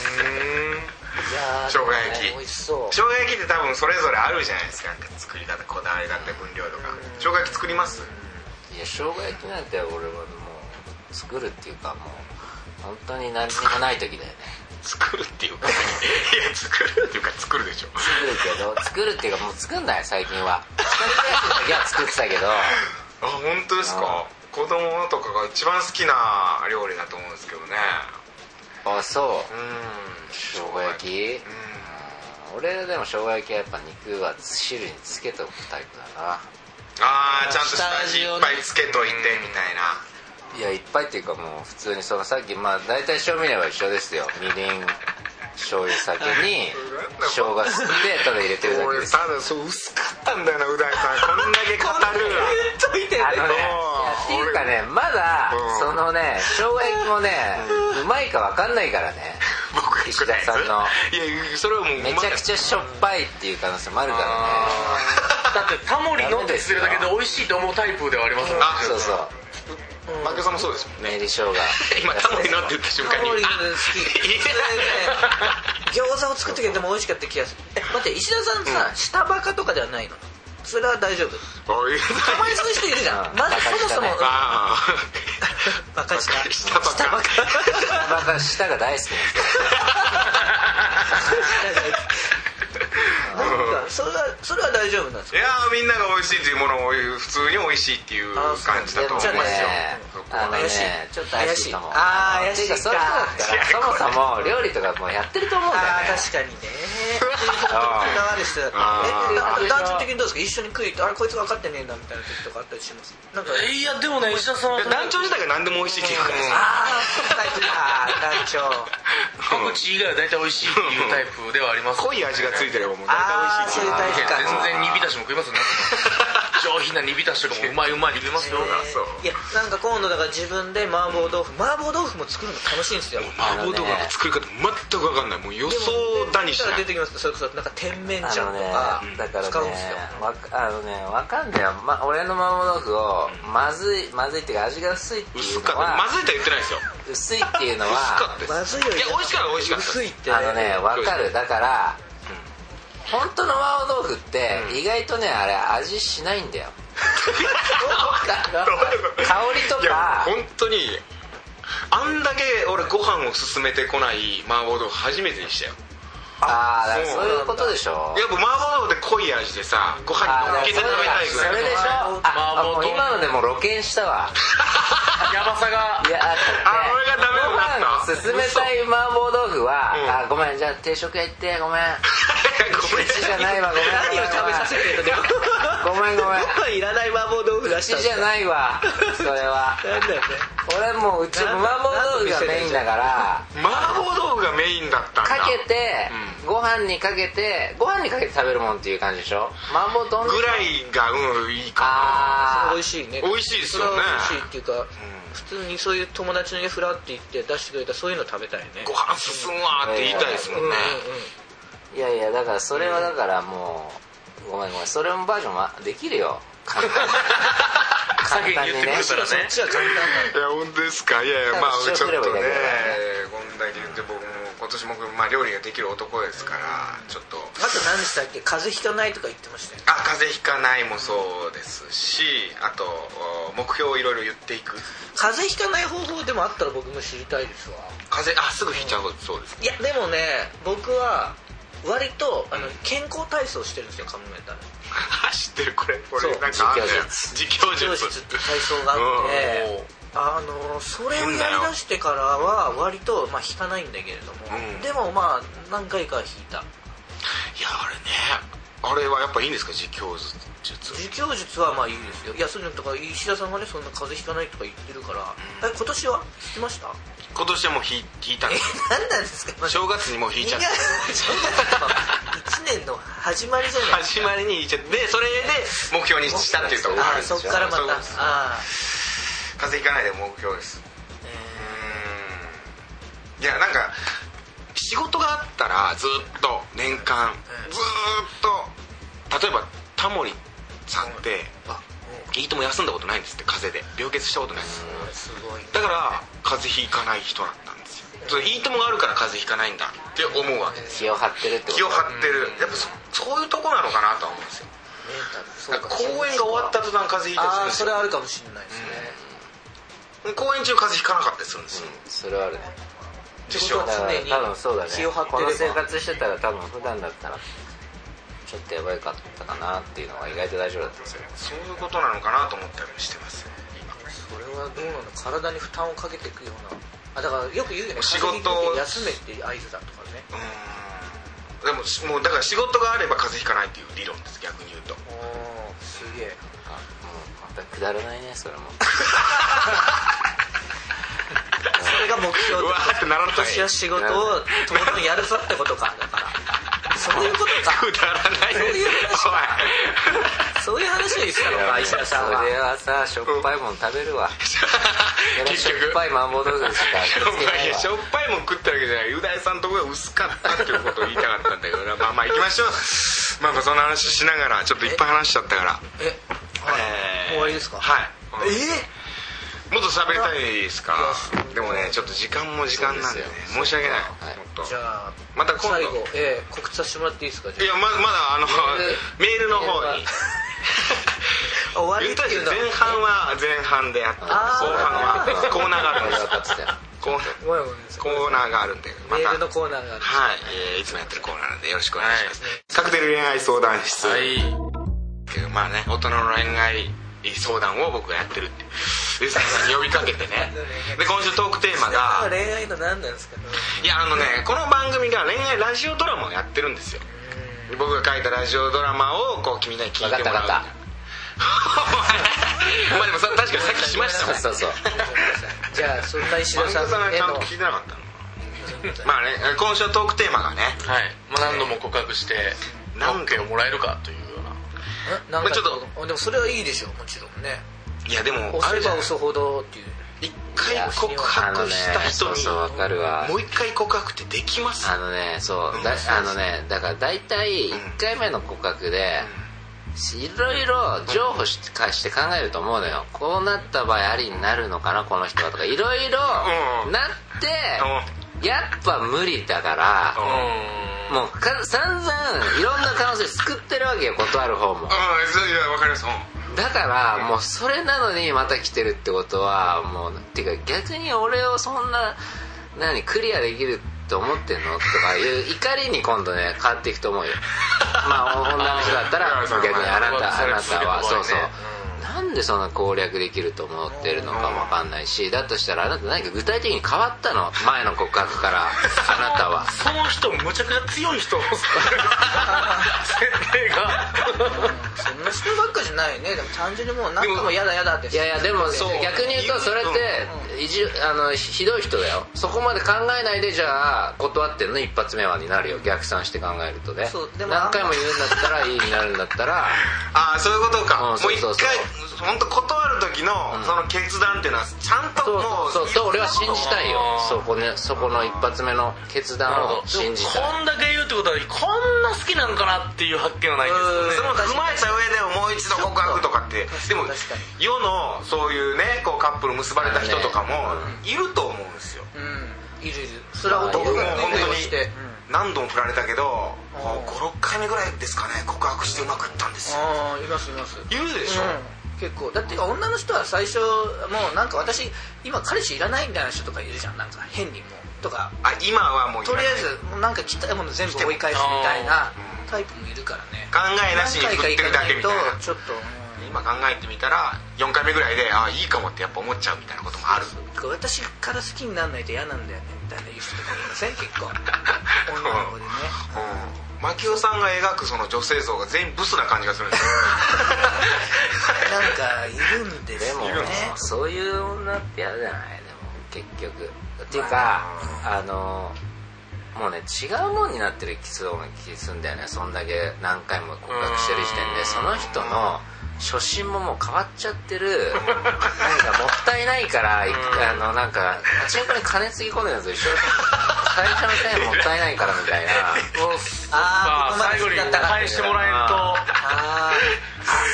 S3: いやー
S1: 生姜焼き
S3: でも美味しそう
S1: 生姜焼きって多分それぞれあるじゃないですかなんか作り方こだわりだって分量とか生姜焼き作ります
S4: いや生姜焼きなんて俺はもう作るっていうかもう本当に何にもない時だよね
S1: 作るっていうか いや作るっていうか作るでしょ
S4: 作るけど作るっていうかもう作んない最近は一人暮らしの時は作ってたけど
S1: あ本当ですか子供とかが一番好きな料理だと思うんですけどね
S4: あそう
S1: うん
S4: 生姜焼きうん俺でも生姜焼きはやっぱ肉は汁につけとくタイプだな
S1: ああちゃんと下
S4: 下
S1: 味
S4: 味
S1: い
S4: を
S1: っ
S4: ね
S1: ぱいつけといてみたいない
S4: やいっぱいっていうかもう普通にそのさっきまあ大体調味料は一緒ですよみりん醤油酒に 生姜すってただ入れてるだけ
S1: 俺
S4: です
S1: ただそう薄かったんだよなう大さんこんだけ語る
S3: 言っといて
S4: あのね
S1: そう
S4: いやっていうかねまだ
S1: うん
S4: そのね生姜焼きもねうまいかわかんないからね
S1: 僕が
S4: 石田さんの
S1: いやそれはもう
S4: めちゃくちゃしょっぱいっていう可能性もあるからね
S2: だってタモリ飲んでしてるだけで美味しいと思うタイプではありますもんね
S1: あ
S4: そうそう
S1: マケさんもそうですもんね
S4: 練り生姜
S1: 今タモリなって言った瞬
S3: タ
S1: 間に
S3: モリの好
S1: あ
S3: きそれでね餃子を作ってくれても美味しかった気がするえ待って石田さんさ、下バカとかではないのそれは大 丈夫
S1: おい
S3: たまにそういう人いるじゃ
S4: うんん
S3: まずそもそも
S1: あ
S3: バカした
S1: 下バカ
S3: 下バカ
S4: また舌が大好きなんですよ
S3: なんかそれはそれは大丈夫なんです
S1: ーい
S3: か
S1: やーみんなが美味しいというものを普通に美味しいっていう
S3: あーそう
S1: 感じだ
S4: で
S1: と
S4: も
S1: 思
S4: ね
S1: いますよそこ
S4: あ
S1: は
S4: の
S1: ね
S3: 怪
S4: ね
S3: しい
S4: ちょっと怪しいかも
S3: 怪しいあー怪し
S4: て
S3: いか
S4: うそういう人だったらそもそも料理とかもうやってると思うんだよ
S3: ああ
S4: ね
S3: 確かにね こだわる人だった
S1: あー
S3: えなんか男女的にどうですか一緒に食いに行ってあれこいつ分かってねえなみたいな時とかあったりしますなんか
S2: いやでもね石田さんは
S1: 団長自体が何でも美味しいっていうか
S3: ああそうタイプだ団長
S2: パクチー以外は大体美味しいっていうタイプではあります
S1: 濃い味がついてればもう大
S3: ああ
S1: 体美味
S3: そ
S1: し
S3: う
S1: い
S3: いう
S1: って
S3: タイ
S1: いう
S3: プか
S2: 全然煮浸しも食いますよね上品な煮浸しとかもうまいうまいに食いますよ
S1: あそう
S3: いやなんか今度だから自分で麻婆豆腐麻婆豆腐も作るの楽しいんですよ
S1: 麻婆豆腐の作り方全く分かんないもう予想だにし
S3: たら
S1: ない
S3: 出てきますそれこそなんか甜麺
S4: あ
S3: 醤
S4: の
S3: と
S4: ね
S3: か
S4: だからね
S3: 使うんですよ
S4: わかあのねわかんないよ、ま、俺の麻婆豆腐をまずいまずいっていうか味が薄いってい
S1: 薄
S4: う
S1: かっ
S4: の
S1: たま
S4: は
S1: ずいとは言ってないですよ
S4: 薄いっていうの
S1: 薄か
S4: は
S1: ったです
S3: まずいよ
S1: いや美味しかった美味しかった
S3: 薄いって
S4: あのねわかるだから本当の麻婆豆腐って意外とねあれ味しないんだよ香り
S1: い
S4: と
S1: や
S4: か
S1: 本当にあんだけ俺ご飯を進めてこない麻婆豆腐初めてでしたよ
S4: ああだから
S1: そう
S4: そういうことでしょ
S1: やっぱ麻婆豆腐って濃い味でさご飯に乗っけて食べたいぐら
S4: それ
S1: い
S4: でしょ
S2: 麻
S4: あ
S2: 婆
S4: もう
S2: 豆腐
S4: 今のでも露見したわ
S2: ヤバさが
S4: いやあとね
S1: あ俺がダメになった
S4: ご飯進めたい麻婆豆腐は
S1: うん
S4: あごめんじゃあ定食屋行ってごめん
S1: ごめん
S4: うちじゃないわごめん
S3: 何を食べさせてるの
S4: ごめんごめん
S3: ご飯いらない麻婆豆腐
S4: う
S3: 出した
S4: ちじゃないわそれは
S3: なんだよね
S4: 俺もううち麻婆豆腐がメインだから
S1: 麻婆豆腐がメインだったんだ
S4: かけてご飯にかけてご飯にかけて食べるもんっていう感じでしょ麻婆丼
S1: ぐらいがうんいいか
S4: あ
S3: 美味
S4: あ
S3: しいね
S1: 美味しいですよね
S3: それは美味しいっていうか普通にそういう友達の家フラって行って出してくれたそういうの食べたいね
S1: なご飯進むわって言いたいですもんね
S3: うんうん
S4: いやいやだからそれはだからもうごめんごめんそれもバージョンはできるよ簡単に簡単
S2: 先
S4: に
S2: に言ってく
S4: ね
S2: れたら
S3: そっちは簡単
S1: いや本当ですかいやいやまあ
S4: 多分
S1: ちょっと
S4: 塩振れば
S1: ね
S4: いいだけだから
S1: こんだけ言って僕も今年もまあ料理ができる男ですからちょっと
S3: あと何でしたっけ風邪ひかないとか言ってましたよね
S1: あ風邪ひかないもそうですしあとお目標をいろいろ言っていく
S3: 風邪ひかない方法でもあったら僕も知りたいですわ
S1: 風邪あすぐひいちゃうそうです
S3: いやでもね僕は割とあの健康体操してるんですよカモメンタル
S1: あ知ってるこれこれ
S3: そう
S1: なんかあんだよ自供
S3: 教
S1: 術
S3: 室って体操があって、 あのそれをやりだしてからは割と、まあ、引かないんだけれども、
S1: うん
S3: でもまあ何回か引いた
S1: いやあれねあれはやっぱいいんですか自供術
S3: 自供術はまあいいですよいやそういうのとか石田さんがねそんな風邪ひかないとか言ってるから、え今年は引きました
S1: 今年はもうひ引いたん
S3: え
S1: です
S3: 何なんですか
S1: 正月にもう引いちゃって
S3: 1年の始まりじゃない
S1: 始まりに引いちゃってでそれで目標にしたっていうところが
S3: あ
S1: ある
S3: あ
S1: んです
S3: そ
S1: よ
S3: っからまた
S1: そういうことです
S3: あ
S1: ぜひかないで目標ですうんいやなんか仕事があったらずっと年間ずーっと例えばタモリさんって「いいとも」休んだことないんですって風邪で病欠したことないです
S3: すごい
S1: だから風邪ひかない人だったんですよそれ「いいとも」があるから風邪ひかないんだって思うわけです
S4: 気を張ってるってこと
S1: 気を張ってるやっぱそそういうとこなのかなとは思うんですよ
S3: メンタルそ
S1: だから公演が終わった途端風邪ひいたりす
S3: あ
S1: るん
S3: あ
S1: です
S3: そ
S1: よ
S3: れあるかもしれないですね、
S1: 公演中風邪ひかなかったりするんですよ、
S4: それはあるね
S1: でしょ
S3: ってことは常に
S4: だから多分そうだね
S3: 気を張ってれば
S4: この生活してたら多分普段だったらちょっとやばいかったかなっていうのが意外と大丈夫だったんですよ
S1: そういうことなのかなと思ったりもしてますよ今
S3: それはどうなの体に負担をかけていくようなあだからよく言うよね
S1: 仕事
S3: 風邪ひいて休めって合図だとかね
S1: うーんでもしもうだから仕事があれば風邪ひかないっていう理論です逆に言うと
S3: おおすげえ
S4: あもうまたくだらないねそれも
S3: それが目標
S1: うわーってならない
S3: 私は仕事をとことんやるぞってことかだからそういうこと か
S1: くだらない
S3: そういう話か そういう話を言ってたのか石田さんは
S4: それはさしょっぱいもん食べるわ
S1: おい
S4: それは
S1: 結
S4: しょっ
S1: 局
S4: ぱい麻婆豆腐しか
S1: し
S4: 気
S1: ょ
S4: を
S1: っ
S4: つけ
S1: ぱ
S4: ないい
S1: や
S4: わ
S1: しょっぱいもん食ったわけじゃないう大さんのところが薄かったっていうことを言いたかったんだけどなまあまあ行きましょうまあまあそんな話しながらちょっといっぱい話しちゃったから
S3: え
S1: えー
S3: 終わりですか
S1: はい
S3: え
S1: もっと喋りたいですか
S3: いやそう
S1: でもねちょっと時間も時間なんでね
S4: そう
S1: 申
S4: です
S1: し訳ない
S4: はい
S1: もっ
S3: ー
S1: と
S3: じゃあ
S1: また今
S3: 最
S1: 度
S3: 後えー告知させてもらっていいですかじ
S1: い
S3: ゃ
S1: やままだあ のメ
S4: メ
S1: ールの方に
S3: あ 終わり
S1: 言っ
S3: って
S1: たで
S3: い
S1: し
S3: う
S1: ょ
S3: のは
S1: 前半は前半でやって後
S3: あー
S1: 半はコーナーがあるんです
S4: 分かってたよ
S1: コー
S3: ごめんごめんなさい
S1: コーナーがあるんでま
S3: メ
S1: た
S3: ールのコーナーがある
S1: はい、えーいつもやってるコーナーなんでよろしくお願いします、カクテル恋愛相談室、っていうまあね大人の恋愛相談を僕がやってるっていうでさんに呼びかけ てねで今週トークテーマが
S3: 恋愛の何なんですかね
S1: いやあのねこの番組が恋愛ラジオドラマをやってるんですよ僕が書いたラジオドラマをこう君に聞いてもらうみたいな
S4: わかったわか
S1: まあでもさ確かにさっきしましたもん
S4: そうそう
S3: ごめんなさいじゃあそんな石田さ
S1: 漫画さん
S3: ん
S1: が
S3: へ
S1: ちゃ
S3: の
S1: んと聞いてなかったのまあね今週のトークテーマがね
S2: はい、まあ、何度も告白して
S1: 何
S2: 何
S1: 件
S2: 件もらえるかというような
S3: えなんか
S1: ちょっ
S3: でもそれはいいでしょうもちろんね
S1: いやでもあ
S3: 押
S1: れ
S3: せ
S1: じゃ
S3: ば
S1: ん
S3: 押すほどっていう
S1: 一回告白した人
S4: そう
S1: に
S4: そう分かるわ
S1: もう一回告白ってできます
S4: あのねそう、
S1: うん
S4: だ
S1: そうそう
S4: あのねだから大体1回目の告白で、いろいろ譲歩しして考えると思うのよこうなった場合ありになるのかなこの人はとかいろいろ
S1: うん
S4: なって、やっぱ無理だから、
S1: うん
S2: うん
S4: もうか散々いろんな可能性作ってるわけよ断る方
S1: う
S4: も
S1: んそういやわかります うん
S4: だからもうそれなのにまた来てるってことはもうてか逆に俺をそんな何クリアできると思ってんのとかいう怒りに今度ね変わっていくと思う よまあ女の人だったら
S1: いやそれ
S4: 逆にあな
S2: まあ
S4: た
S2: そ
S4: あ
S2: れ
S4: なたは
S2: そ
S4: そ
S2: れ
S4: う
S2: す
S4: そ
S2: ごいうね
S4: なんでそんな攻略できると思ってるのかわかんないしだとしたらあなた何か具体的に変わったの前の告白からあなたは
S2: その人むちゃくちゃ強い人設定が
S3: そんな人ばっかじゃないねでも単純にもう何かも嫌だ嫌だって
S4: いやいやでも逆に言うとそれっていじあのひひどい人だよそこまで考えないでじゃあ断ってんの一発目はになるよ逆算して考えるとね
S3: そうでも
S4: 何回も言うんだったらいいになるんだったら
S1: ああそういうことか、
S4: うんそうそ
S1: もう
S4: うそう
S1: 一回本当断る時の、
S4: ん
S1: その決断っていうのはちゃんと
S4: そう
S1: もう
S4: そうそう俺は信じたいよ
S2: あー
S4: そこねそこの一発目の決断を信じたい
S2: こんだけ言うってことはこんな好きなのかなっていう発見はないですよ
S1: それも
S2: ね
S1: 踏まえた上でもう一度告白とかってで
S3: そう
S1: も
S3: 確かに
S1: 世のそういうねこうカップル結ばれた人とかもいると思うんですよ
S3: うんいるいるそれは男
S1: 僕も
S3: が
S1: 本当に
S3: して
S1: 何度も振られたけど
S3: うん
S1: 56回目ぐらいですかね告白してうまくいったんですよ
S3: ああいますいますうん
S1: 言うでしょ、
S3: 結構だって女の人は最初もうなんか私今彼氏いらないみたいな人とかいるじゃんなんか変にもうとか
S1: あ今はもうい
S3: と
S1: ら
S3: りあ
S1: ない
S3: えずもうなんか来たもの全部追い返すみたいなタイプもいるからね
S1: 考えなしに振ってるだけみたい
S3: 何回か行かな
S1: ない
S3: とちょっと
S1: 今考えてみたら4回目ぐらいでああいいかもってやっぱ思っちゃうみたいなこともある
S3: うん私から好きにならないと嫌なんだよねみたいな言う人とかいません結構女 の子でね
S1: うんマキオさんが描くその女性像が全員ブスな感じがするんですよ
S3: なんかいるんです
S4: で
S3: よ
S4: も
S3: ね
S4: そういう女って嫌じゃないでも結局っていうかあのもうね違うもんになってるそうな気すんだよねそんだけ何回も告白してる時点
S2: う
S4: で
S2: ん
S4: その人の初心ももう変わっちゃって るなんかもったいないから、いあのなんかパチンコに金つぎ込んでるやつと一緒最初の点もったいないからみたいな
S2: もうさ
S3: あーここまで
S2: 最後に
S3: だったから
S2: 返してもらえんと
S3: あ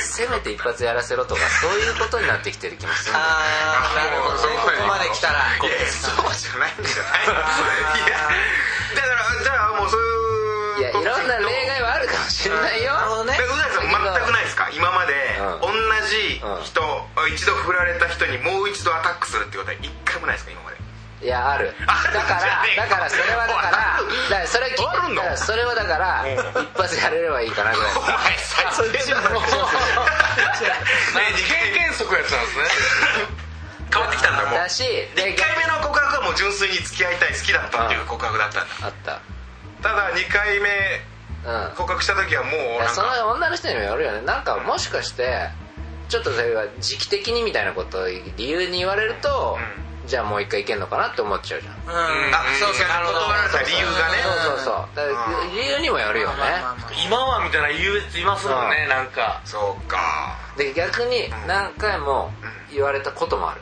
S4: せめて一発やらせろとかそういうことになってきてる気も
S3: ー
S4: するんだよ
S3: あーなるほどねここまで来たら
S1: いやそうじゃないんじゃないいやだからじゃあもうそう
S4: い
S1: い
S4: や
S1: う
S4: い
S1: こ
S4: ろ
S1: と
S4: んな例外はあるかもしれないよ
S3: なるほどね
S1: でうなぎさん全くないですか今まで
S4: う
S1: 同じ人、一度振られた人にもう一度アタックするってことは一回もないですか今まで
S4: いやある
S1: あ
S4: だから
S1: じゃねえ
S4: だからそれはだから
S1: ある
S4: だからそれ聞いて
S1: あるの
S4: だからそれはだから一発やれればいいかなぐらい
S1: お前さそっちのね
S2: 経験則やってたんですね
S1: 変わってきたんだもう
S4: だしで
S1: 1回目の告白はもう純粋に付き合いたい好きだったっていう告白だったんだ
S4: あった
S1: ただ2回目
S4: うん
S1: 告白した時はもう
S4: いや
S1: なん
S4: そ
S1: か
S4: の女の人にもよるよねなんかもしかしてちょっとそれは時期的にみたいなことを理由に言われると、じゃあもう一回いけんのかなって思っちゃうじゃん
S3: うん
S1: あそうそう
S3: なるほど
S1: 断られた理由がね
S4: そうそうそうだから
S1: うん
S4: 理由にもよるよね
S3: まあまあまあ
S2: 今はみたいな優越いますもんねなんか
S1: そうか
S4: で逆に何回も言われたこともある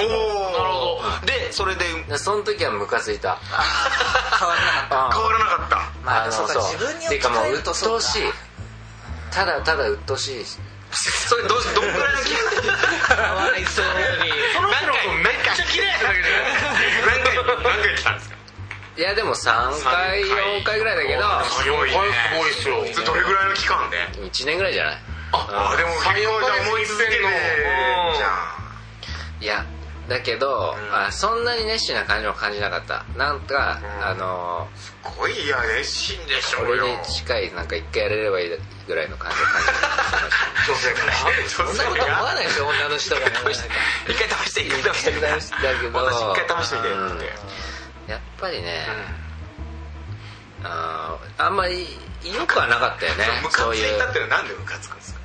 S1: おお
S2: なるほど
S1: でそれで
S4: でその時はムカついた
S3: 変わらなかった
S4: うん
S1: 変わらなかった
S3: まあ
S4: の
S3: そうか自分によって
S4: てかも
S3: 変え
S4: う
S3: ると
S4: 鬱
S3: そう
S4: 陶
S3: か
S4: しいただただ鬱陶しいし
S1: それどどんぐらいの期間
S3: かわいそうに
S2: その人のことめっちゃ綺麗だけど
S1: 何回何回来たんですか
S4: いやでも3回
S1: 三回
S4: 4回ぐらいだけ
S1: すごいね
S2: すごいっすよ
S1: それどれぐらいの期間で
S4: ど1年ぐらいじゃない
S1: あでも結
S2: 採用
S1: 構
S2: じ
S1: じ
S2: ゃ
S1: ゃ
S2: ん
S1: 思い続けて
S2: 思い続けて
S1: じゃ
S4: いやだけど、あそんなに熱心な感じも感じなかったなんか、あの
S1: あすごいいや熱心でしょ
S4: 俺
S1: よ
S4: に近いなんか一回やれればいいぐらいの感じを感
S2: 女性が
S3: そんなこと思わないでしょ女の人がね
S1: 一回試して一回試して
S4: じただけど
S1: 私一回試してみて
S4: うん
S1: って
S4: やっぱりね、あーあんまり良くはなかったよね
S1: ムカ
S4: そう
S1: つ
S4: い
S1: いうたってのはなんでムカつくんです か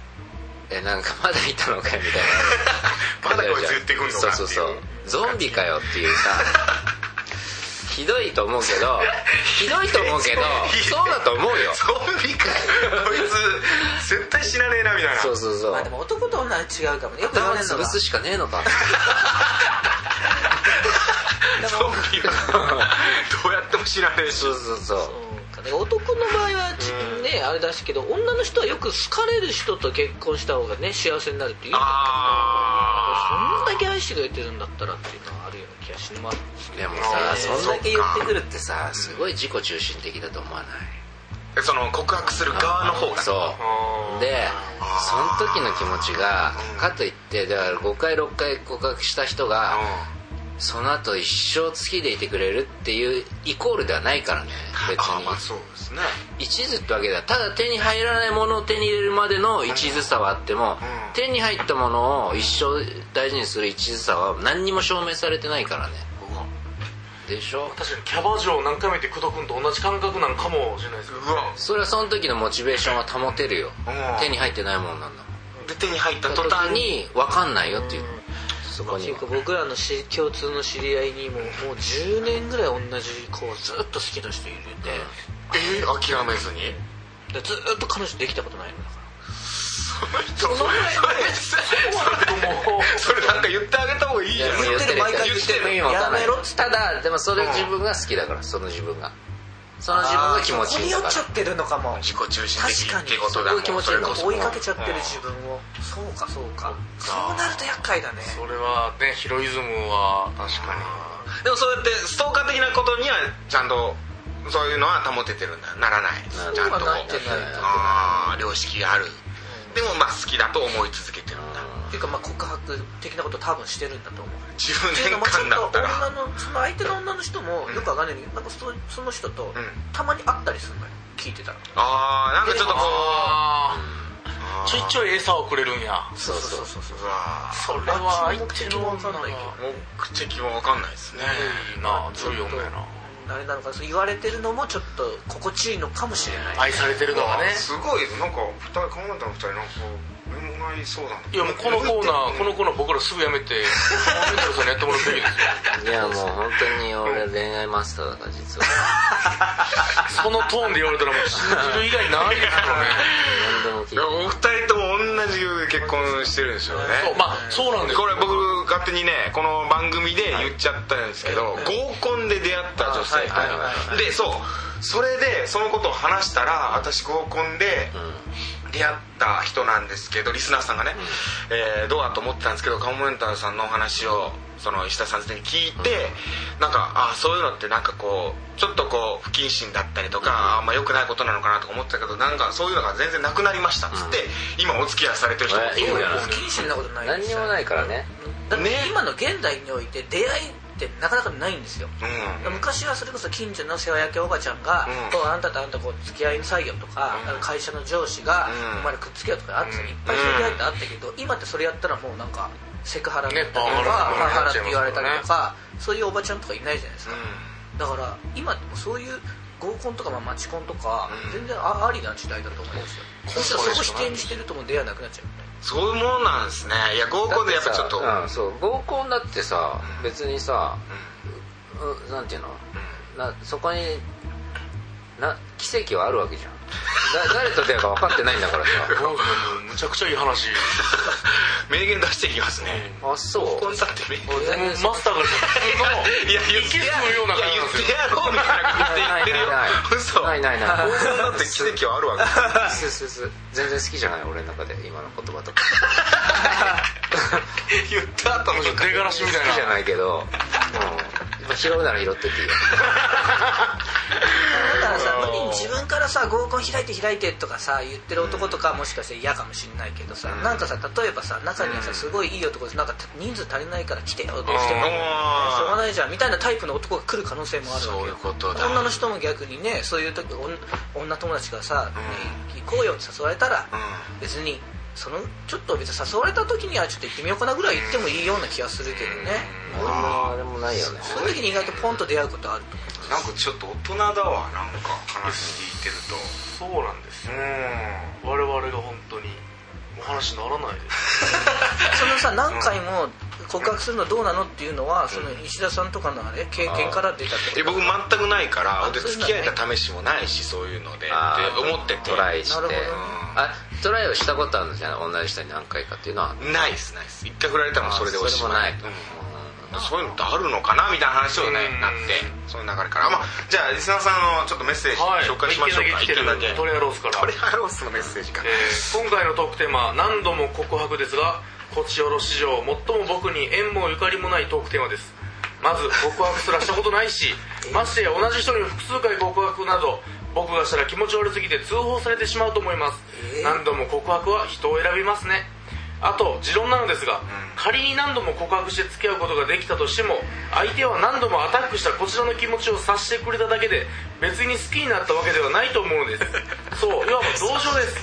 S4: えなんかまだいたのかよみた
S1: ま
S4: いな
S1: だこいつ言ってくんのかっていう
S4: そうそうそうゾンビかよっていうさひどいと思うけどひどいと思うけどそうだと思うよ
S1: ゾンビかこいつ絶対死なねえなみたいな
S4: そうそうそう、
S3: まあでも男と女は違うかもねよく言わ
S4: 頭
S3: れるの
S4: 潰
S3: が
S4: すしかねえのか
S1: ゾンビはどうやっても死なねえし
S4: そうそうそう
S3: なんかね男の場合はちねあれだしけど女の人はよく好かれる人と結婚した方がね幸せになるっていうそん
S1: あ
S3: だけ愛してくれてるんだったらっていうのはあるような気がします
S4: でも
S1: あ
S4: さ
S1: ー
S4: そんだけ言ってくるってさすごい自己中心的だと思わない
S1: あその告白する側の方が
S4: そうでその時の気持ちがかといってだから5回6回告白した人がその後一生好きでいてくれるっていうイコールではないからね別
S1: あ
S4: に
S1: まあそうですね
S4: 一途ってわけだただ手に入らないものを手に入れるまでの一途さはあっても、
S1: うん
S4: 手に入ったものを一生大事にする一途さは何にも証明されてないからねでしょ
S2: 確かにキャバ嬢何回も行って工藤君と同じ感覚なのかもしれないですけど
S1: うわ
S4: それはその時のモチベーションは保てるよ、
S1: うん
S4: 手に入ってないものなんだ
S1: で手に入った
S4: もん
S1: 途
S4: 途
S1: 端
S4: 端
S1: に
S4: に分かんないよっていう、そこ
S3: って
S4: に
S3: いうか僕らのし共通の知り合いにももう10年ぐらい同じ子をずっと好きな人いるんで
S1: えー諦めずに
S3: でずっと彼女できたことないのだから
S1: そのそれなんか言ってあげた方がいいじゃん
S4: 言ってる毎回
S1: 言ってる
S4: 意味わか
S3: や
S4: んない
S3: めろっつった
S4: た
S3: だ
S4: だでもそれ自分が好きだからその自分がその自分が気持ちいいん
S3: あ
S4: だ
S3: ーそこに酔っ
S4: か
S3: ちゃってるのかも
S1: 自己中心
S3: 確
S1: 的
S3: か
S1: っ
S3: に
S1: てことだ
S3: すごい気持ちいいの
S1: もうそれこそ
S3: 追いかけちゃってる自分をそうかそうかそうなると厄介だね
S2: それはねヒロイズムは確かに
S1: でもそうやってストーカー的なことにはちゃんとそういうのは保ててるんだならない
S4: ならない
S1: ちゃんと
S3: なってない
S1: ああ良識があるでもまあ好きだと思い続けてるんだ
S3: っていうかまあ告白的なこと多分してるんだと思うっ
S1: 10
S3: ていうの
S1: 年
S3: もちょ
S1: 間
S3: っ
S1: だっ
S3: と
S1: たら
S3: 女のその相手の女の人もよくわかんないんだけどなんかそその人と
S1: ん
S3: たまに会ったりするのよ聞いてたら
S1: ああなんかちょっとこ
S2: ああちょいちょい餌をくれるんや
S3: そうそうそうそう
S1: ううわー
S2: それ
S3: は
S2: は
S3: 相手の女が
S1: 目的は分かんないですね
S2: いいな強い女やな
S3: あれなのかなそう言われてるのもちょっと心地いいのかもしれない
S2: 愛されてるのがね
S1: すごいなんか二人考えたの二人なんか恋愛相談
S2: いやもうこの コーナーこのコーナー僕らすぐやめてメトルさんにやってもらうべきですよ
S4: らいやもう本当に俺恋愛マスターだから実は
S2: その トーンで言われたらもう信じる以外ないですよね
S4: 何でも聞い
S1: いやお二人とも同じ結婚してるんですよね
S2: そうまあそうなんです
S1: これ
S2: よ
S1: 僕勝手にねこの番組で言っちゃったんですけど、合コンで出会った女性
S3: あはいはいはい
S1: でそうそれでそのことを話したら私合コンで出会った人なんですけどリスナーさんがね、えーどうだと思ってたんですけどカモメンタルさんのお話をその石田さんに聞いて、なんかああそういうのってなんかこうちょっとこう不謹慎だったりとか、あんま良くないことなのかなとか思ってたけどなんかそういうのが全然なくなりましたっつって、今お付き合いされてる人もいるんです
S4: え
S1: よ
S4: いいじゃない
S3: 不謹慎なことない
S4: 何
S3: です
S4: に
S3: よ
S4: もないからね
S3: だって
S1: ね
S3: 今の現代において出会いってなかなかないんですよ
S1: うん
S3: 昔はそれこそ近所の世話焼きおばちゃんが
S1: う
S3: 「
S1: ん
S3: こうあんたとあんたこう付き合いなさいよ」とか
S1: うん
S3: 会社の上司が
S1: う
S3: 「
S1: ん
S3: お前らくっつけよ」とかあっていっぱいそういう出会いってあったけど今ってそれやったらもうなんかセクハラだったりとか
S2: ねパワ
S3: パワ
S2: ハ
S3: ハ
S2: ラ
S3: ラって
S2: になっち
S3: 言
S2: ゃ
S3: わ
S2: いますから
S3: れた
S2: ね
S3: りとかそういうおばちゃんとかいないじゃないですか
S1: うん
S3: だから今ってもうそういう合コンとかまあ街コンとか
S1: うん
S3: 全然あありな時代だと思うんですよむしろそこ視点してるともう出会いなくなっちゃうよね
S1: そういうもんなんですねいや合コンでやっぱちょっと
S4: だてさうん、そう合コンだってさ別にさ、うなんていうのなそこにな奇跡はあるわけじゃんだ誰と出会うか分かってないんだからさ
S2: なんかもうむちゃくちゃいい話
S1: 名言出していき ますね
S4: あそう
S1: 合コンだって名言
S2: もうマスターが普通の
S1: いや言っ
S2: い
S1: て
S2: けす
S1: や
S2: むような感
S1: いや言っ
S2: じ
S1: てやろうみたいな感じで言ってるよ
S4: ない
S1: 嘘
S4: ないないないない
S1: 合コンだって奇跡はあるわけ
S4: すすす全然好きじゃない俺の中で今の言葉とか
S1: 言った後の
S2: なんですよ出がらし
S4: 好
S2: みたい
S4: きじゃ
S2: な
S4: ないけど、うん、まあ拾うなら拾ってっていいよ
S3: だからさ無理に自分からさ合コン開いて開いてとかさ言ってる男とかもしかして嫌かもしんないけどさ、なんかさ例えばさ中にはさすごいいい男でなんか人数足りないから来てよどうしてもしょうがないじゃんみたいなタイプの男が来る可能性もあるわけよ
S1: こと
S3: 女の人も逆にねそういう時お女友達がさ、行こうよって誘われたら、
S1: う
S3: 別にそのちょっと別に誘われた時にはちょっと行ってみようかなぐらい行ってもいいような気がするけどね、
S4: ああでもないよね
S3: そういう時に意外とポンと出会うことあると思う
S1: なんかちょっと大人だわなんか話聞いてると
S2: そうなんですよ我々が本当にお話にならないです
S3: そのさ何回も告白するのどうなのっていうのはその石田さんとかのあれ経験から出たって
S1: いや
S3: こと
S1: 僕全くないからで
S3: そうなんだ
S1: 付き合えた試しもないしそういうので
S4: あー
S1: って思ってて
S4: トライして
S3: なるほどね
S4: あトライをしたことあるのじゃん同じ人に何回かっていうのは
S1: ないですないです一回振られたのもそれでおし
S4: それも
S1: ま
S4: ない
S1: いうんそういうのってあるのかなみたいな話をね
S2: うん
S1: なってその流れからまあじゃあリスナーさんのちょっとメッセージ紹介しましょうか
S2: 一件だけ
S1: 一件だけ
S2: 来てるトレアロースから
S1: これハロースのメッセージか
S2: えー今回のトークテーマは何度も告白ですがこちおろ史上最も僕に縁もゆかりもないトークテーマですまず告白すらしたことないしましてや同じ人に複数回告白など僕がしたら気持ち悪すぎて通報されてしまうと思います、何度も告白は人を選びますねあと持論なのですが、仮に何度も告白して付き合うことができたとしても相手は何度もアタックしたこちらの気持ちを察してくれただけで別に好きになったわけではないと思うの ですそういわば同情です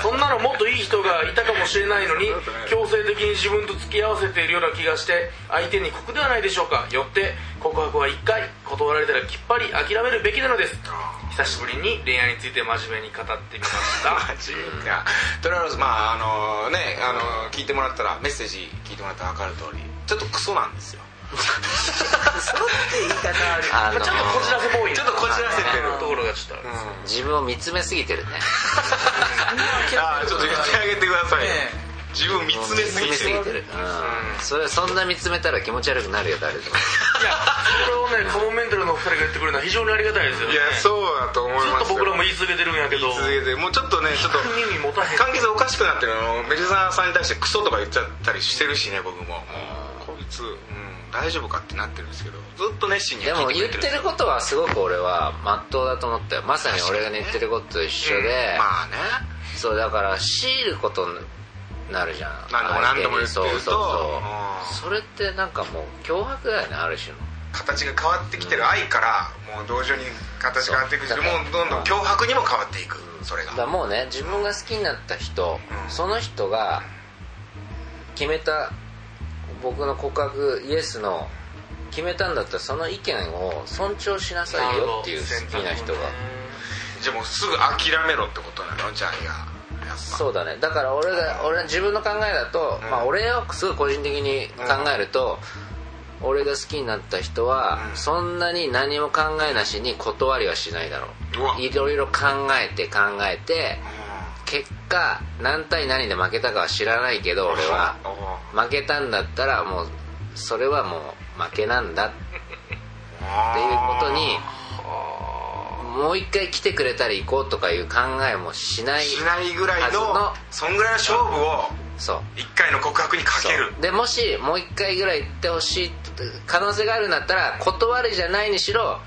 S2: そんなのもっといい人がいたかもしれないのに強制的に自分と付き合わせているような気がして相手に酷ではないでしょうかよって告白は1回断られたらきっぱり諦めるべきなのです久しぶりに恋愛について真面目に語ってみました
S1: マジかとりあえずまああのねあの聞いてもらったらメッセージ聞いてもらったら分かる通りちょっとクソなんですよ
S3: そうって言い方ある
S4: あ
S2: まあちょっとこじらせボーイ
S1: ちょっとこじらせてる
S2: ところがちょっとある
S4: 自分を見つめすぎてるね
S1: ああちょっと言ってあげてくださいよ
S3: ね
S1: 自分見つめすぎてる
S4: 見つめうんそれそんな見つめたら気持ち悪くなるよ誰で
S2: い
S4: も
S2: やそれをねカモメンタルのお二人が言ってくれるのは非常にありがたいです
S1: い
S2: よ
S1: や
S2: ね
S1: そうだと思い
S2: ずっ
S1: ま
S2: と
S1: すよ
S2: 僕らも言い続けてるんやけど
S1: 続けてもうちょっとねちょっと
S2: 耳持たへん
S1: 関係性おかしくなってるのメルザーさんに対してクソとか言っちゃったりしてるしね僕ももうこいつ、うん、大丈夫かってなってるんですけどずっと熱心に
S4: で
S1: は
S4: も
S1: 聞い
S4: 言
S1: てくれて
S4: って
S1: る
S4: ることはすごく俺はまっとうだと思ったよまさに俺が言ってることと一緒
S1: う
S4: で、
S1: んまあね
S4: そうだから強いることになるじゃん
S1: 何度も
S4: 相手
S1: 何
S4: に
S1: 度も言ってると
S4: そうそうそうそれってなんかもう脅迫だよねある種の
S1: 形が変わってきてる愛からもう同情に形が変わっていくし
S4: そ
S1: も
S4: う
S1: うどんどん脅迫にも変わっていくそれが
S4: だからもうね自分が好きになった人、その人が決めた僕の告白イエスの決めたんだったらその意見を尊重しなさいよっていう好きな人が
S1: じゃあもうすぐ諦めろってことなのじゃあいややっぱ
S4: そうだねだから俺が俺自分の考えだと、まあ、俺をすごい個人的に考えると、俺が好きになった人は、
S1: うん
S4: そんなに何も考えなしに断りはしないだろ
S1: うわ
S4: ういろいろ考えて考えて
S1: う
S4: 結果何対何で負けたかは知らないけど俺は負けたんだったらもうそれはもう負けなんだっていうことにもう一回来てくれたら行こうとかいう考えもしない
S1: しないぐらいの
S4: はずの
S1: そんぐらいの勝負を
S4: そう
S1: 一回の告白にかける
S4: でもしもう一回ぐらい行ってほしい可能性があるんだったら断るじゃないにしろ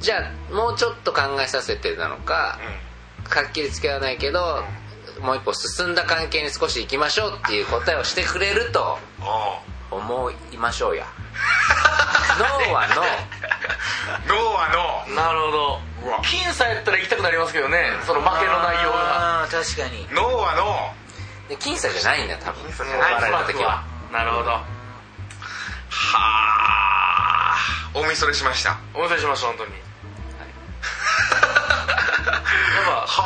S4: じゃあもうちょっと考えさせてなのか、はっきりつけはないけどもう一歩進んだ関係に少し行きましょうっていう答えをしてくれると
S1: うんおう
S4: 思いましょうやノーはノー
S1: ノーはノ
S2: なるほ
S1: うわ
S2: ど僅差やったら行きたくなりますけどねその負けの内容が
S3: あー確かに
S1: ーノーはノ
S4: で僅差じゃないんだよ多分
S1: ーそれない
S4: バラ
S1: は
S4: れた時は
S2: なるほど
S1: あおみそれしました
S2: お待たせしました本当にやっぱ告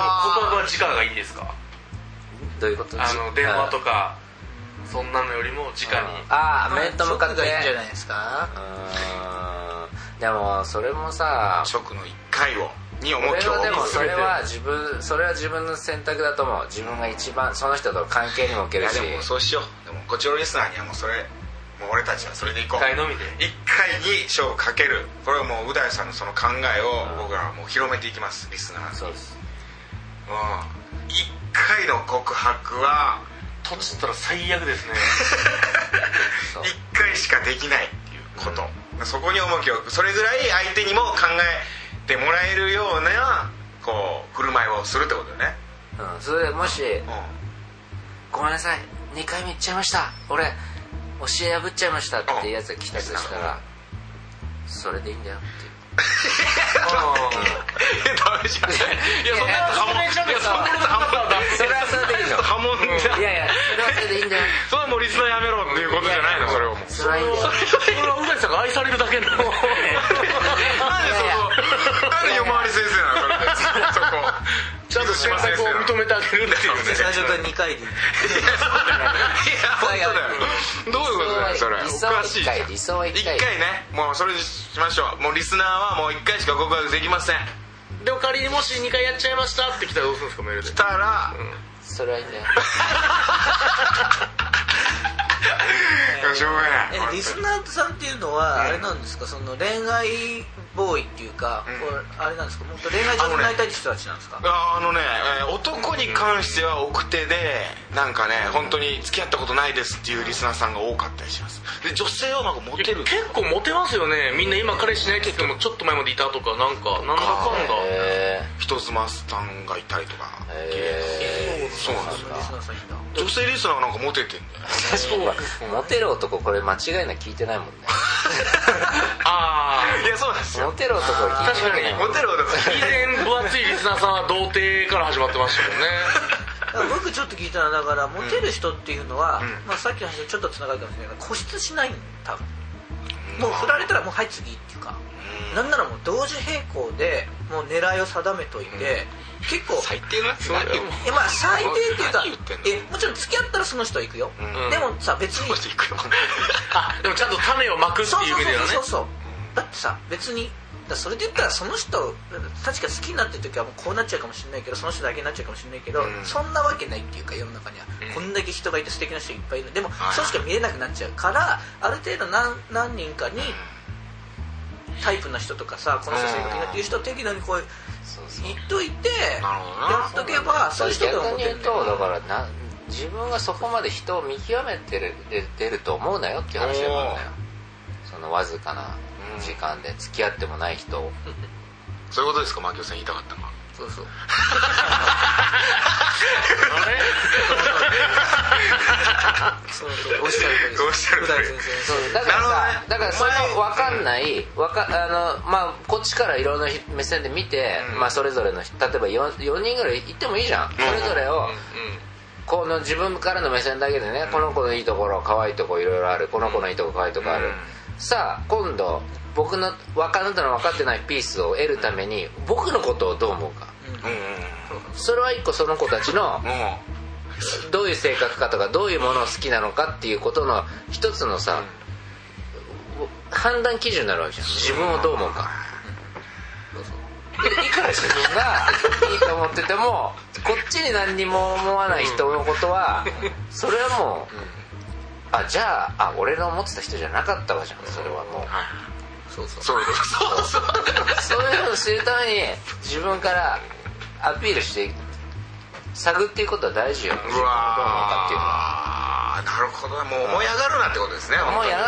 S2: 白は時間がいいですか
S4: どういうこと
S2: あの電話とかそんなのよりも直に
S4: ああ面と向かって
S3: 直がいいんじゃないですか
S4: うーんでもそれもさ
S1: 食の一回をに重
S4: 俺
S1: きを
S4: はでも
S1: 置
S4: それは自分それは自分の選択だと思う自分が一番その人との関係にも置け
S1: い
S4: る
S1: や
S4: し
S1: でもそうしようでもこっちのリスナーにはもうそれもう俺たちはそれでいこう
S2: 一回のみで
S1: 一回に勝負かけるこれはもうう大さんのその考えを僕らはもう広めていきますリスナーに
S4: そうです
S1: うん一回の告白は
S2: とちったら最悪 ですね
S4: そう
S1: 一回しかできないっていうこと、そこに重きを置くそれぐらい相手にも考えてもらえるようなこう振る舞いをするってことだよね
S4: うんそれでもし「ごめんなさい2回目行っちゃいました俺教え破っちゃいました」っていうやつが来たとしたらそれでいいんだよっていう
S1: え ダメじゃんいやそんなやつ破門いやそんなやつ破門だ
S4: それはそれでいいの
S1: 破門じゃん
S4: いやいやそれはそれでいいんだよ
S1: それはもうリスナーやめろっていうことじゃないのそれをもう
S4: それはいいんだよ
S2: それはう大さんが愛されるだけの
S1: なんでそこなんで夜回り先生なのそれでそこちゃんと島先生なの
S2: 認めてあげるっていうね
S3: 最初から2回でいい
S1: いや本当だよどういうことだよそれお
S4: 理想は
S1: かしい
S4: 1
S1: じゃん
S4: 回理想は
S1: 一
S4: 1
S1: 回
S4: 回
S1: ねもうそれにしましょうもうリスナーはもう一回しか告白できません
S2: でも仮にもし2回やっちゃいましたって来たらどうするんですかメールで
S1: たら
S4: それはいいんだよ
S1: しょうが
S3: えリスナーさんっていうのはあれなんですかその恋愛ボーイっていうか、
S1: ん
S3: これあれなんですかもっと恋愛上手になりたいって人たちなんですか、
S1: あのねえー男に関しては奥手でなんかね本当に付き合ったことないですっていうリスナーさんが多かったりしますで女性はなんかモテる
S2: 結構モテますよねみんな今彼氏いないって言ってもちょっと前までいたとかなんかなんだかんだ
S4: へ
S1: 人妻さんがいたりとか
S4: えへえ
S1: そうなんですよ
S3: リスナーさんいいんだ
S1: 女性リスナーはなんかモテてんだよ
S4: モテる男これ間違いなく聞いてないもんね
S2: ああ
S1: いや そうなんです
S4: モテる男は聞いてない
S2: 確かに
S1: モテる男
S2: 以前分厚いリスナーさんは童貞から始まってましたもんね
S3: だから僕ちょっと聞いたのはだからモテる人っていうのは、まあ、さっきの話とちょっとつながるかもしれないけど固執しないん多分もう振られたらもうはい次っていうか、なんならもう同時並行でもう狙いを定めといて、結構
S1: 最低なやつだよ
S3: えまあ最低っていうか
S1: 何言ってんの
S3: えもちろん付き合ったらその人は行くよ、
S2: ん
S3: でもさ別に
S1: マジで行くよ
S2: あでもちゃんと種をまくって
S3: そう
S2: いう意
S3: そう
S2: 味ではね
S3: そうそうそうだってさ別にだそれで言ったらその人確か好きになってる時はもうこうなっちゃうかもしれないけどその人だけになっちゃうかもしれないけど、
S1: うん
S3: そんなわけないっていうか世の中には、
S2: ん
S3: こんだけ人がいて素敵な人いっぱいいるでも、
S1: はい
S3: そうしか見れなくなっちゃうからある程度何何人かにタイプな人とかさこの人性格いいなっていう人を適度にこう
S4: そうそう
S3: 言っといて
S1: なるほどな
S3: やっとけばそういう人でも
S4: 逆
S3: モ
S4: に
S3: テ
S4: 言
S3: る
S4: うん
S3: だよ
S4: とだからな自分がそこまで人を見極めてるで出ると思うなよっていう話でもあるんだよそのわずかな時間で付き合ってもない人を
S1: そういうことですかマキオさん言いたかったのは
S3: そうそう
S2: あれ
S3: そうそうおっしゃる通りです
S1: おっしゃる通
S3: 普
S1: り
S3: 段先生
S4: そうだから
S1: なるほ
S4: さ
S1: どね
S4: だからそ
S1: お前
S4: のわかんないわかあのまあこっちからいろんな目線で見て
S1: うん
S4: まあそれぞれの人例えば 4, 4人ぐらい行ってもいいじゃんそれぞれをこの自分からの目線だけでねこの子のいいところ可愛いとこいろいろあるこの子のいいとこ可愛いとこある、
S1: うん
S4: さあ今度僕の分かんたの分かってないピースを得るために僕のことをどう思うか
S1: うんうん
S4: それは一個その子たちの
S1: うんも
S4: どういう性格かとかどういうものを好きなのかっていうことの一つのさ、判断基準になるわけじゃん自分をどう思うか、そうそうでいくら自分がいいと思っててもこっちに何にも思わない人のことはそれはもうあじゃああ俺の思ってた人じゃなかったわじゃんそれはもう
S3: そうそう
S1: そういうことそうそう
S4: そういうのを知るために自分からアピールして探っていくことは大事よ自分
S1: う
S4: がどう思うかっていうの
S1: わーなるほどもう思
S4: は
S1: い上が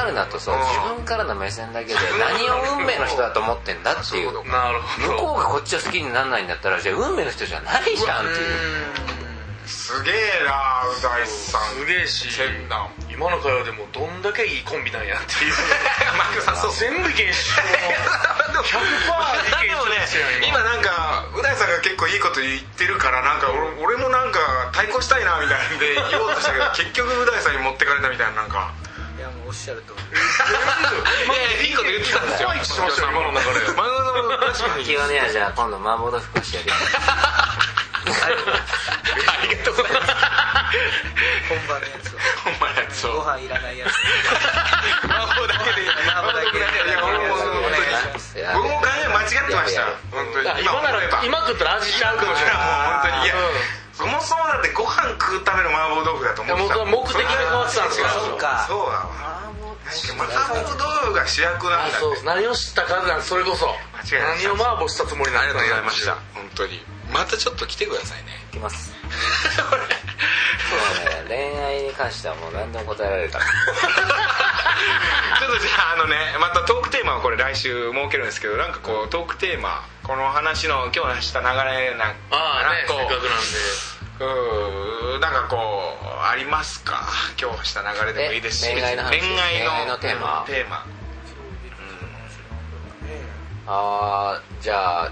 S1: るなってことですね
S4: 思
S1: うん
S4: い上がるなとそう自分からの目線だけで何を運命の人だと思ってんだってい
S1: そ
S4: う
S1: ういうこ
S2: なる
S4: 向
S2: ほど
S4: こうがこっちを好きにならないんだったらじゃあ運命の人じゃないじゃんっていう
S1: すげえなう大さん
S2: すげえし
S1: 変な
S2: 今の会話でもどんだけいいコンビなんやっていう
S1: マイクさんそう
S2: 全部現象
S1: 100%でもね 今なんかう大さんが結構いいこと言ってるからなんか俺俺もなんか対抗したいなみたいなんで言おうと したけど結局う大さんに持ってかれたみたいななんか
S3: いやもうおっしゃると
S1: いやいや いいこと言ってたんですよ
S2: 怖い口しましたよ今の流れ
S1: マイクさんも確かに
S4: 気はねじゃあ今度麻婆豆腐食わしてやるよ
S3: 本場のや
S1: ありがとうございます
S3: つは
S1: ほんまやつ
S3: ご
S1: を
S3: 飯いらないやつ
S1: 魔法だけで
S3: 魔法だけで
S1: いや俺も本当に
S4: や
S1: 僕も考え間違ってました
S4: や
S1: 本当に
S2: 今な
S1: 思
S2: ら
S1: えば
S2: 今食ったら味ちゃうかもしれない
S1: 本当にいやそもそもだってご飯食うための麻婆豆腐だと思ってた
S2: いや僕は目的が変わってたんですよ
S1: そうかそうだわ
S3: あもう
S1: 確かに麻婆豆腐が主役なんだっ
S2: あ
S1: て
S2: そう何を知ったかなんそれこそ
S1: 間違いない
S2: 何を麻婆したつもりなん
S1: ありがとうございました
S2: あ
S1: 本当にまたちょっと来てくださいね
S4: 行きますそうね恋愛に関してはもう何でも答えら れるから
S1: ちょっとじゃああのねまたトークテーマはこれ来週設けるんですけどなんかこうトークテーマこの話の今日した流れなんか
S2: あねせっ
S1: なん
S2: かく
S1: か
S2: なんで
S1: こううんなんかこうありますか今日した流れでもいいですし
S4: え恋愛の話
S1: 恋愛の
S4: 恋愛のテーマ
S1: うんテーマ
S4: あーじゃあ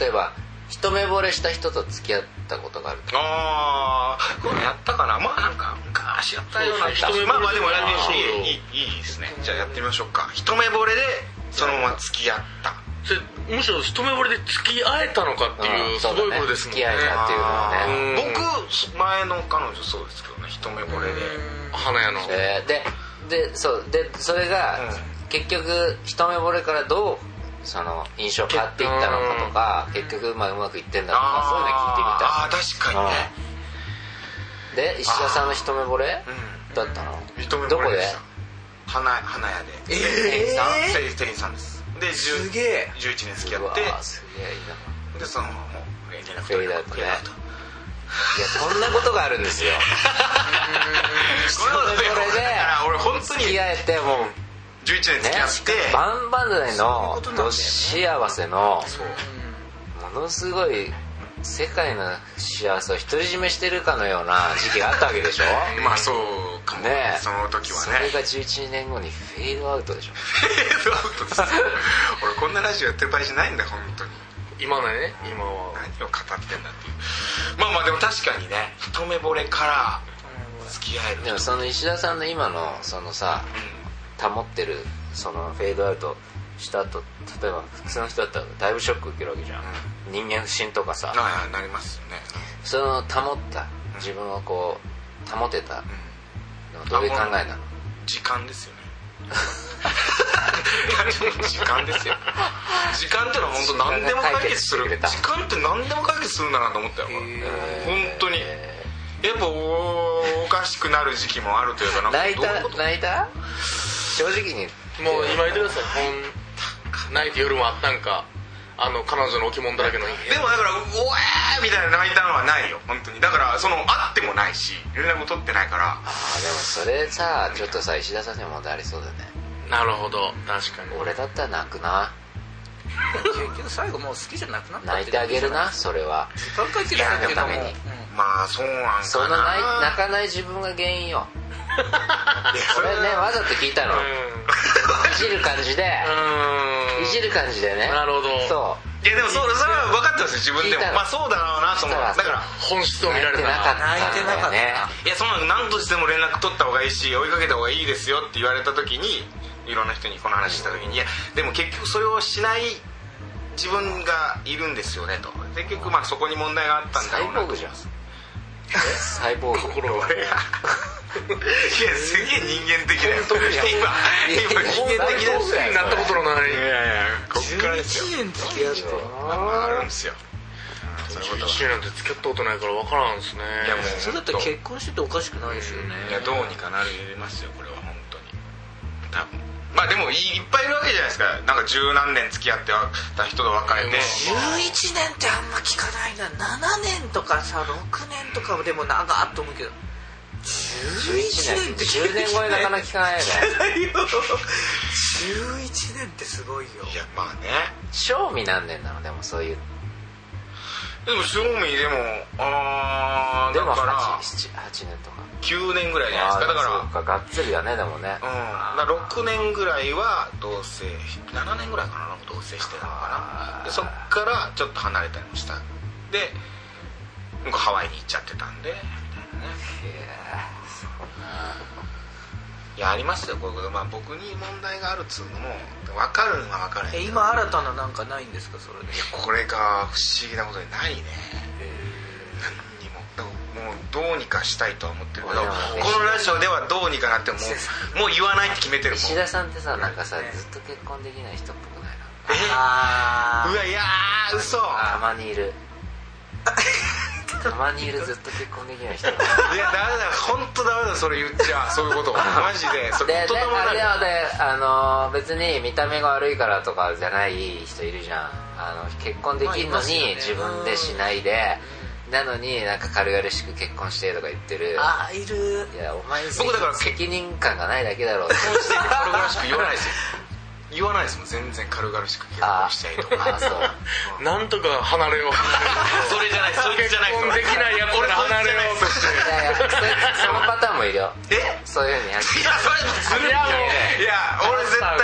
S4: 例えば一目惚れした人と付き合ったことがあると
S1: ああこれやったかなまあなんか昔やったような気がす
S2: そうそう一目惚
S1: るま
S2: れ
S1: あまあでも
S2: でも
S1: い
S2: そうよ
S1: いいいいいですねじゃあやってみましょうか一目惚れでそのまま付き合った
S2: それむしろ一目惚れで付き合えたのかっていう
S4: うん
S2: す
S4: そうだね
S2: ごいことですもんね
S4: 付き合えたっていうのは
S2: ね
S1: あー僕前の彼女そうですけどね一目惚れで
S2: 花屋の
S4: えーででそうでそれが、
S1: うん
S4: 結局一目惚れからどうその印象変わっていったのかとか結局、まあ、うまくいってんだとかそういうの聞いてみたい
S1: あーあー確かにね
S4: うんで石田さんの一目惚れ
S1: う
S4: だったの
S1: 一目
S4: どこ
S1: 惚れ
S4: で
S1: でした花花屋で
S4: 店員さん
S1: 店員店員さんですで
S3: すげ
S1: 10
S3: え
S1: 11年付き
S4: う
S1: 合
S4: わ
S1: って
S4: ーすげえいいな
S1: でそのもう連絡
S4: フェ
S1: 取れ
S4: イダ
S1: な
S4: ー
S1: く
S4: と
S1: て
S4: ねい やそんなことがあるんです よ
S1: これは
S4: それで
S1: だから俺本当に
S4: 付き合えてもう
S1: 11年付き合って、
S4: バンバン代の
S3: そういうことなんだよ
S4: ど
S3: ね
S4: 幸せの
S1: そう
S4: ものすごい世界の幸せを独り占めしてるかのような時期があったわけ でしょ
S1: まあそうかも
S4: ねえ
S1: その時は
S4: それ
S1: ね
S4: が11年後にフェードアウトでしょ
S1: フェードアウトです俺こんなラジオやってる場合じゃないんだ本当に
S2: 今のね今
S1: 何を語
S2: は
S1: ってんだっていうまあまあでも確かにね一目惚れから付き合える
S4: でもその石田さんの今のそのさ保ってるそのフェードアウトした後例えば普通の人だったらだいぶショック受けるわけじゃん、人間不信とかさ
S1: なあなりますよね
S4: その保った自分をこう保てたのはどういう考えなの
S1: 時間ですよね 何でも時間ですよ時間ってのは本当何でも解決する
S4: 時
S1: 時
S4: 間が解決してく
S1: 間って何でも解決するんだなと思ったよ俺本当にやっぱおおかしくなる時期もあるというかなんか
S4: 泣い
S1: どういう
S4: た
S1: こと
S4: 泣いた正直に言って
S2: もう今言ってくださいこん泣いて夜もあったんかあの彼女の置物だらけの家
S1: でもだから「うおえー!」みたいな泣いたのはないよ本当にだからその会ってもないし連絡も取ってないから
S4: あーでもそれさちょっとさ石田さんにも問題ありそうだね
S2: なるほど確かに
S4: 俺だったら泣くな
S3: 結局最後もう好きじゃなくなった
S4: 泣いてあげるなそれは
S3: 時間解決だけども
S4: いやでも
S1: まあそうなんかな
S4: その泣い泣かない自分が原因よ
S1: いやそ
S4: こ
S1: れ
S4: れ
S1: は
S4: ねわざと聞いたのいじる感じで
S2: うん
S4: いじる感じでね
S2: なるほど
S4: そ
S1: いやでもそうそれは分かってますよ自分でも
S4: 聞いたら
S1: まあそうだろうなと思う
S4: 聞いた
S1: だ
S4: ら
S1: から
S2: 本質
S4: う
S2: を見ら
S4: 泣い
S2: れ
S4: て
S2: た
S4: なかった
S2: なん
S4: だよね
S1: いやそんなの何としても連絡取った方がいいし追いかけた方がいいですよって言われた時にいろんな人にこの話した時にいやでも結局それをしない自分がいるんですよねと結局まあそこに問題があったんだ
S4: サイ
S1: ろう
S4: ボ
S1: な
S4: ーグじゃんサイボーグ
S2: 心が
S1: いやすげえ人間的だよ今今人間的だよ
S4: 本当だよ
S2: なったことのない
S1: いやいやこっからですよ
S3: 11年付き合って
S1: あるんですよそういうことは
S2: 21年なんて付き合ったことないから分からんですね
S1: いやもう
S3: それだったら結婚してておかしくないですよね
S1: いやどうにかなりますよこれは本当に多分まあでもいいいっぱいいるわけじゃないですかなんか十何年付き合ってた人と別れて
S3: 11年ってあんま聞かないな7年とかさ6年とかでも長っと思うけど11年って
S4: 10年超えなかなか聞かないよね
S3: ないよ11年ってすごいよ
S1: いやまあね
S4: 賞味何年なのでもそういう
S1: でも正味でもあー
S4: でも
S1: だから
S4: 878年とか
S1: 9年ぐらいじゃないですかだ
S4: あーそう
S1: か
S4: かがっつりだねでもね
S1: らうんだから6年ぐらいは同棲7年ぐらいかななんか同棲してたのかなでそっからちょっと離れたりもしたで向こうハワイに行っちゃってたんでいやありますよこういうこと、まあ、僕に問題があるっつうのも分かるのは分かるんやけ
S3: え
S1: ど
S3: 今新たななんかないんですかそれで
S1: いやこれが不思議なことにないね何にもだからもうどうにかしたいとは思ってるけど
S4: い
S1: こ
S4: や
S1: のラジオではどうにかなってもうもう言わないって決めてるもん
S4: 石
S1: う
S4: 田さんってさなんかさ
S3: ね
S4: ずっと結婚できない人っぽくないな
S3: あ
S1: わいやー嘘い
S4: たまにいるたまにいるずっと結婚できない人が
S1: やダメだ本当ダメだそれ言っちゃそういうことマジで そ
S4: でで
S1: れ
S4: あ
S1: とてもな
S4: で
S1: い
S4: もねあの別に見た目が悪いからとかじゃない人いるじゃんあの結婚でき
S3: ま
S4: ん
S3: あい
S4: の
S3: ますよね
S4: に自分でしないで、なのになんか軽々しく結婚してとか言ってる
S3: あいる
S4: いやお前
S1: 僕だから
S4: 責任感がないだけだろうって
S1: 結婚してって軽々しく言わないですよ言わないですもん全然軽々しく結婚
S4: あー
S1: したいとか
S4: あーそ う
S2: なんとか離れよう
S1: それじゃないそいつじゃない
S2: 結婚できないやつから離れようとして
S4: いやいやそそのパターンもいるよ
S1: えい
S4: そういうふうにやって
S1: やそれずるいよいや俺絶対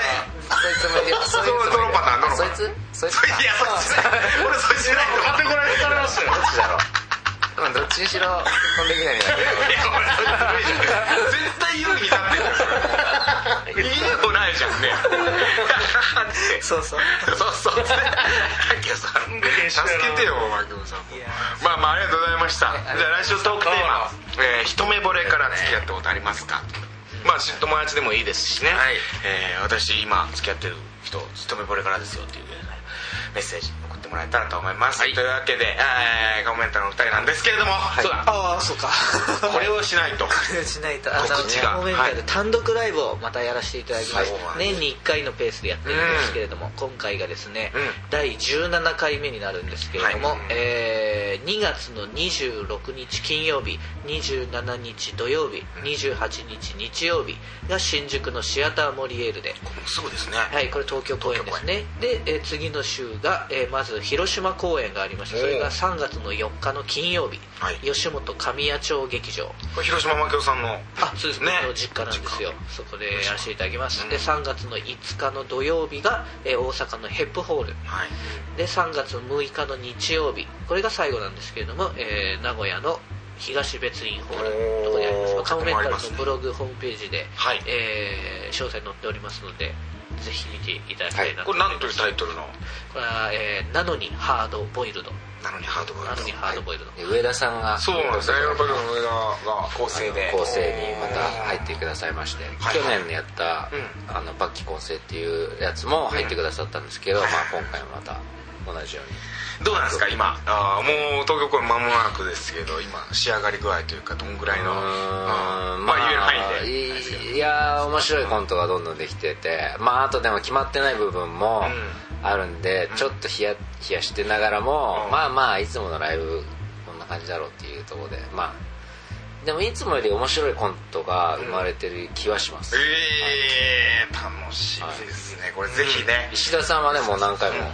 S4: そいつもいるよそういうやつもいる
S1: どのパターンどのパタ
S4: そい
S1: ーン
S4: つそいつ
S1: いやそっちじゃない俺そっちじゃないと思う
S2: カテゴライズされましたよ
S4: どっちだろうまあどっちにしろ結婚できないみたい
S1: いや俺それずるいじゃん絶対優位に
S4: な
S1: 立ってるいい子ないじゃんね
S3: そうそう
S1: そうそう明夫さん助けてよ明夫さんもまあまあありがとうございましたじゃあ来週トークテーマ「えー一目惚れから付き合ったことありますか?」まあ友達でもいいですしね、
S4: はい
S1: えー私今付き合ってる人一目惚れからですよっていうメッセージ送ってもらえたらと思います、というわけで、えーコメントのお二人なんですけれども、そうだ
S3: ああそう か
S1: これをしないと
S3: しないとあの
S1: 告知が
S3: モメンタル単独ライブをまたやらせていただきます、
S1: はい
S3: 年に1回のペースでやってるんですけれども、今回がですね、
S1: うん
S3: 第17回目になるんですけれども、
S1: はい
S3: えー2月の26日金曜日27日土曜日28日日曜日が新宿のシアターモリエールで
S1: すぐですね、
S3: はい、これ東京公演ですねで、えー次の週が、えーまず広島公演がありましてそれ
S1: お
S3: が
S1: う
S3: 3月の4日の金曜日、
S1: はい
S3: 吉本神谷町劇場
S1: これ広島真紀夫さんの
S3: あそうですね
S1: ね
S3: 僕の実家なんですよそこでやらせていただきます、で3月の5日の土曜日が、えー大阪のヘップホール
S1: はい
S3: で3月6日の日曜日これが最後なんですけれども、えー名古屋の東別院ホールどこにありますか
S1: おー
S3: カモメンタルの
S1: そこもありますね
S3: ブログホームページで、
S1: はい
S3: えー詳細載っておりますのでぜひ見ていただきたいなと
S1: これ
S3: 思いま
S1: なん
S3: す、
S1: というタイトルの
S3: これは、えーなのにハードボイルド
S1: なのにハードボイル
S3: なのにハードボイルド、
S4: で上田さんが
S1: そうなんですねやっぱり上田が構成で
S4: 構成にまた入ってくださいまして、
S1: はい
S4: 去年やった、あのバッキ構成っていうやつも入ってくださったんですけど、まあ、今回もまた同じように
S1: どうなんですか今あーもう東京公演間もなくですけど今仕上がり具合というかどんぐらいのあーまあ言える範囲で
S4: いいやー面白いコントがどんどんできててまああとでも決まってない部分もあるんで、ちょっとヒヤヒヤしてながらも、
S1: うん
S4: まあまあいつものライブこんな感じだろうっていうところでまあでもいつもより面白いコントが生まれてる気はします、
S1: えー楽しいですねこれぜひね
S4: 石田さんはねもう何回も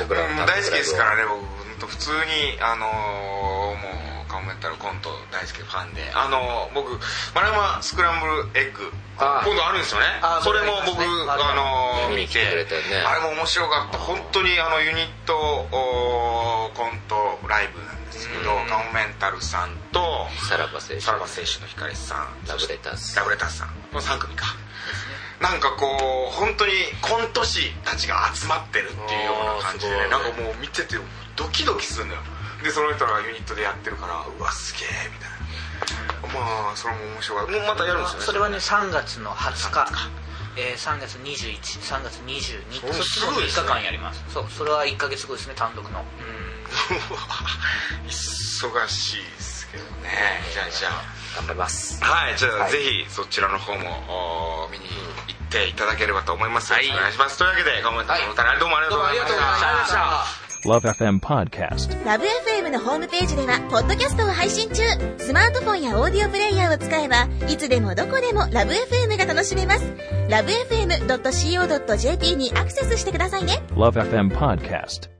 S4: 僕ら
S1: う
S4: の
S1: ん大好きですからね僕本当普通にあのーもうカモメンタルコント大好きファンであのー僕丸山スクランブルエッグ
S4: あー
S1: 今度あるんですよね
S3: あー
S1: それも僕
S3: 丸山さんね
S1: あのー
S4: 見
S1: 見
S4: に来
S1: て
S4: てくれたよね
S1: あれも面白かった本当にあのユニットおーコントライブなんですけどカモメンタルさんと
S4: さらば青春
S1: さらば青春の光さん
S4: ラブレターズ
S1: ラブレターズさんの3組かなんかこう本当にコント師たちが集まってるっていうような感じでね
S2: あ
S1: なん
S2: ーすごい
S1: かもう見ててドキドキするのよでその人がユニットでやってるからうわすげえみたいなまあそれも面白いもう またやるんですよね
S3: それはね3月の20日
S1: 3月か
S3: えー、3月21、3月22
S1: お
S3: そっち
S1: すご
S3: の
S1: いで
S3: 3
S1: す
S3: 日
S1: ね
S3: 間やりますそうそれは1ヶ月後ですね単独の、うん
S1: 忙しいですけどねじゃあじゃあ
S4: 頑張ります
S1: はいじゃあ、ぜひそちらの方もおー見に行っていただければと思います、よろしくお願いしますというわけで今
S4: は
S1: 回
S4: い
S1: もお互いどうもありがとうございました、
S5: Love FM Podcast.
S6: ラブ f m のホームページではポッドキャストを配信中スマートフォンやオーディオプレイヤーを使えばいつでもどこでもラブ f m が楽しめますラブ FM.co.jp にアクセスしてくださいね
S5: Love FM Podcast.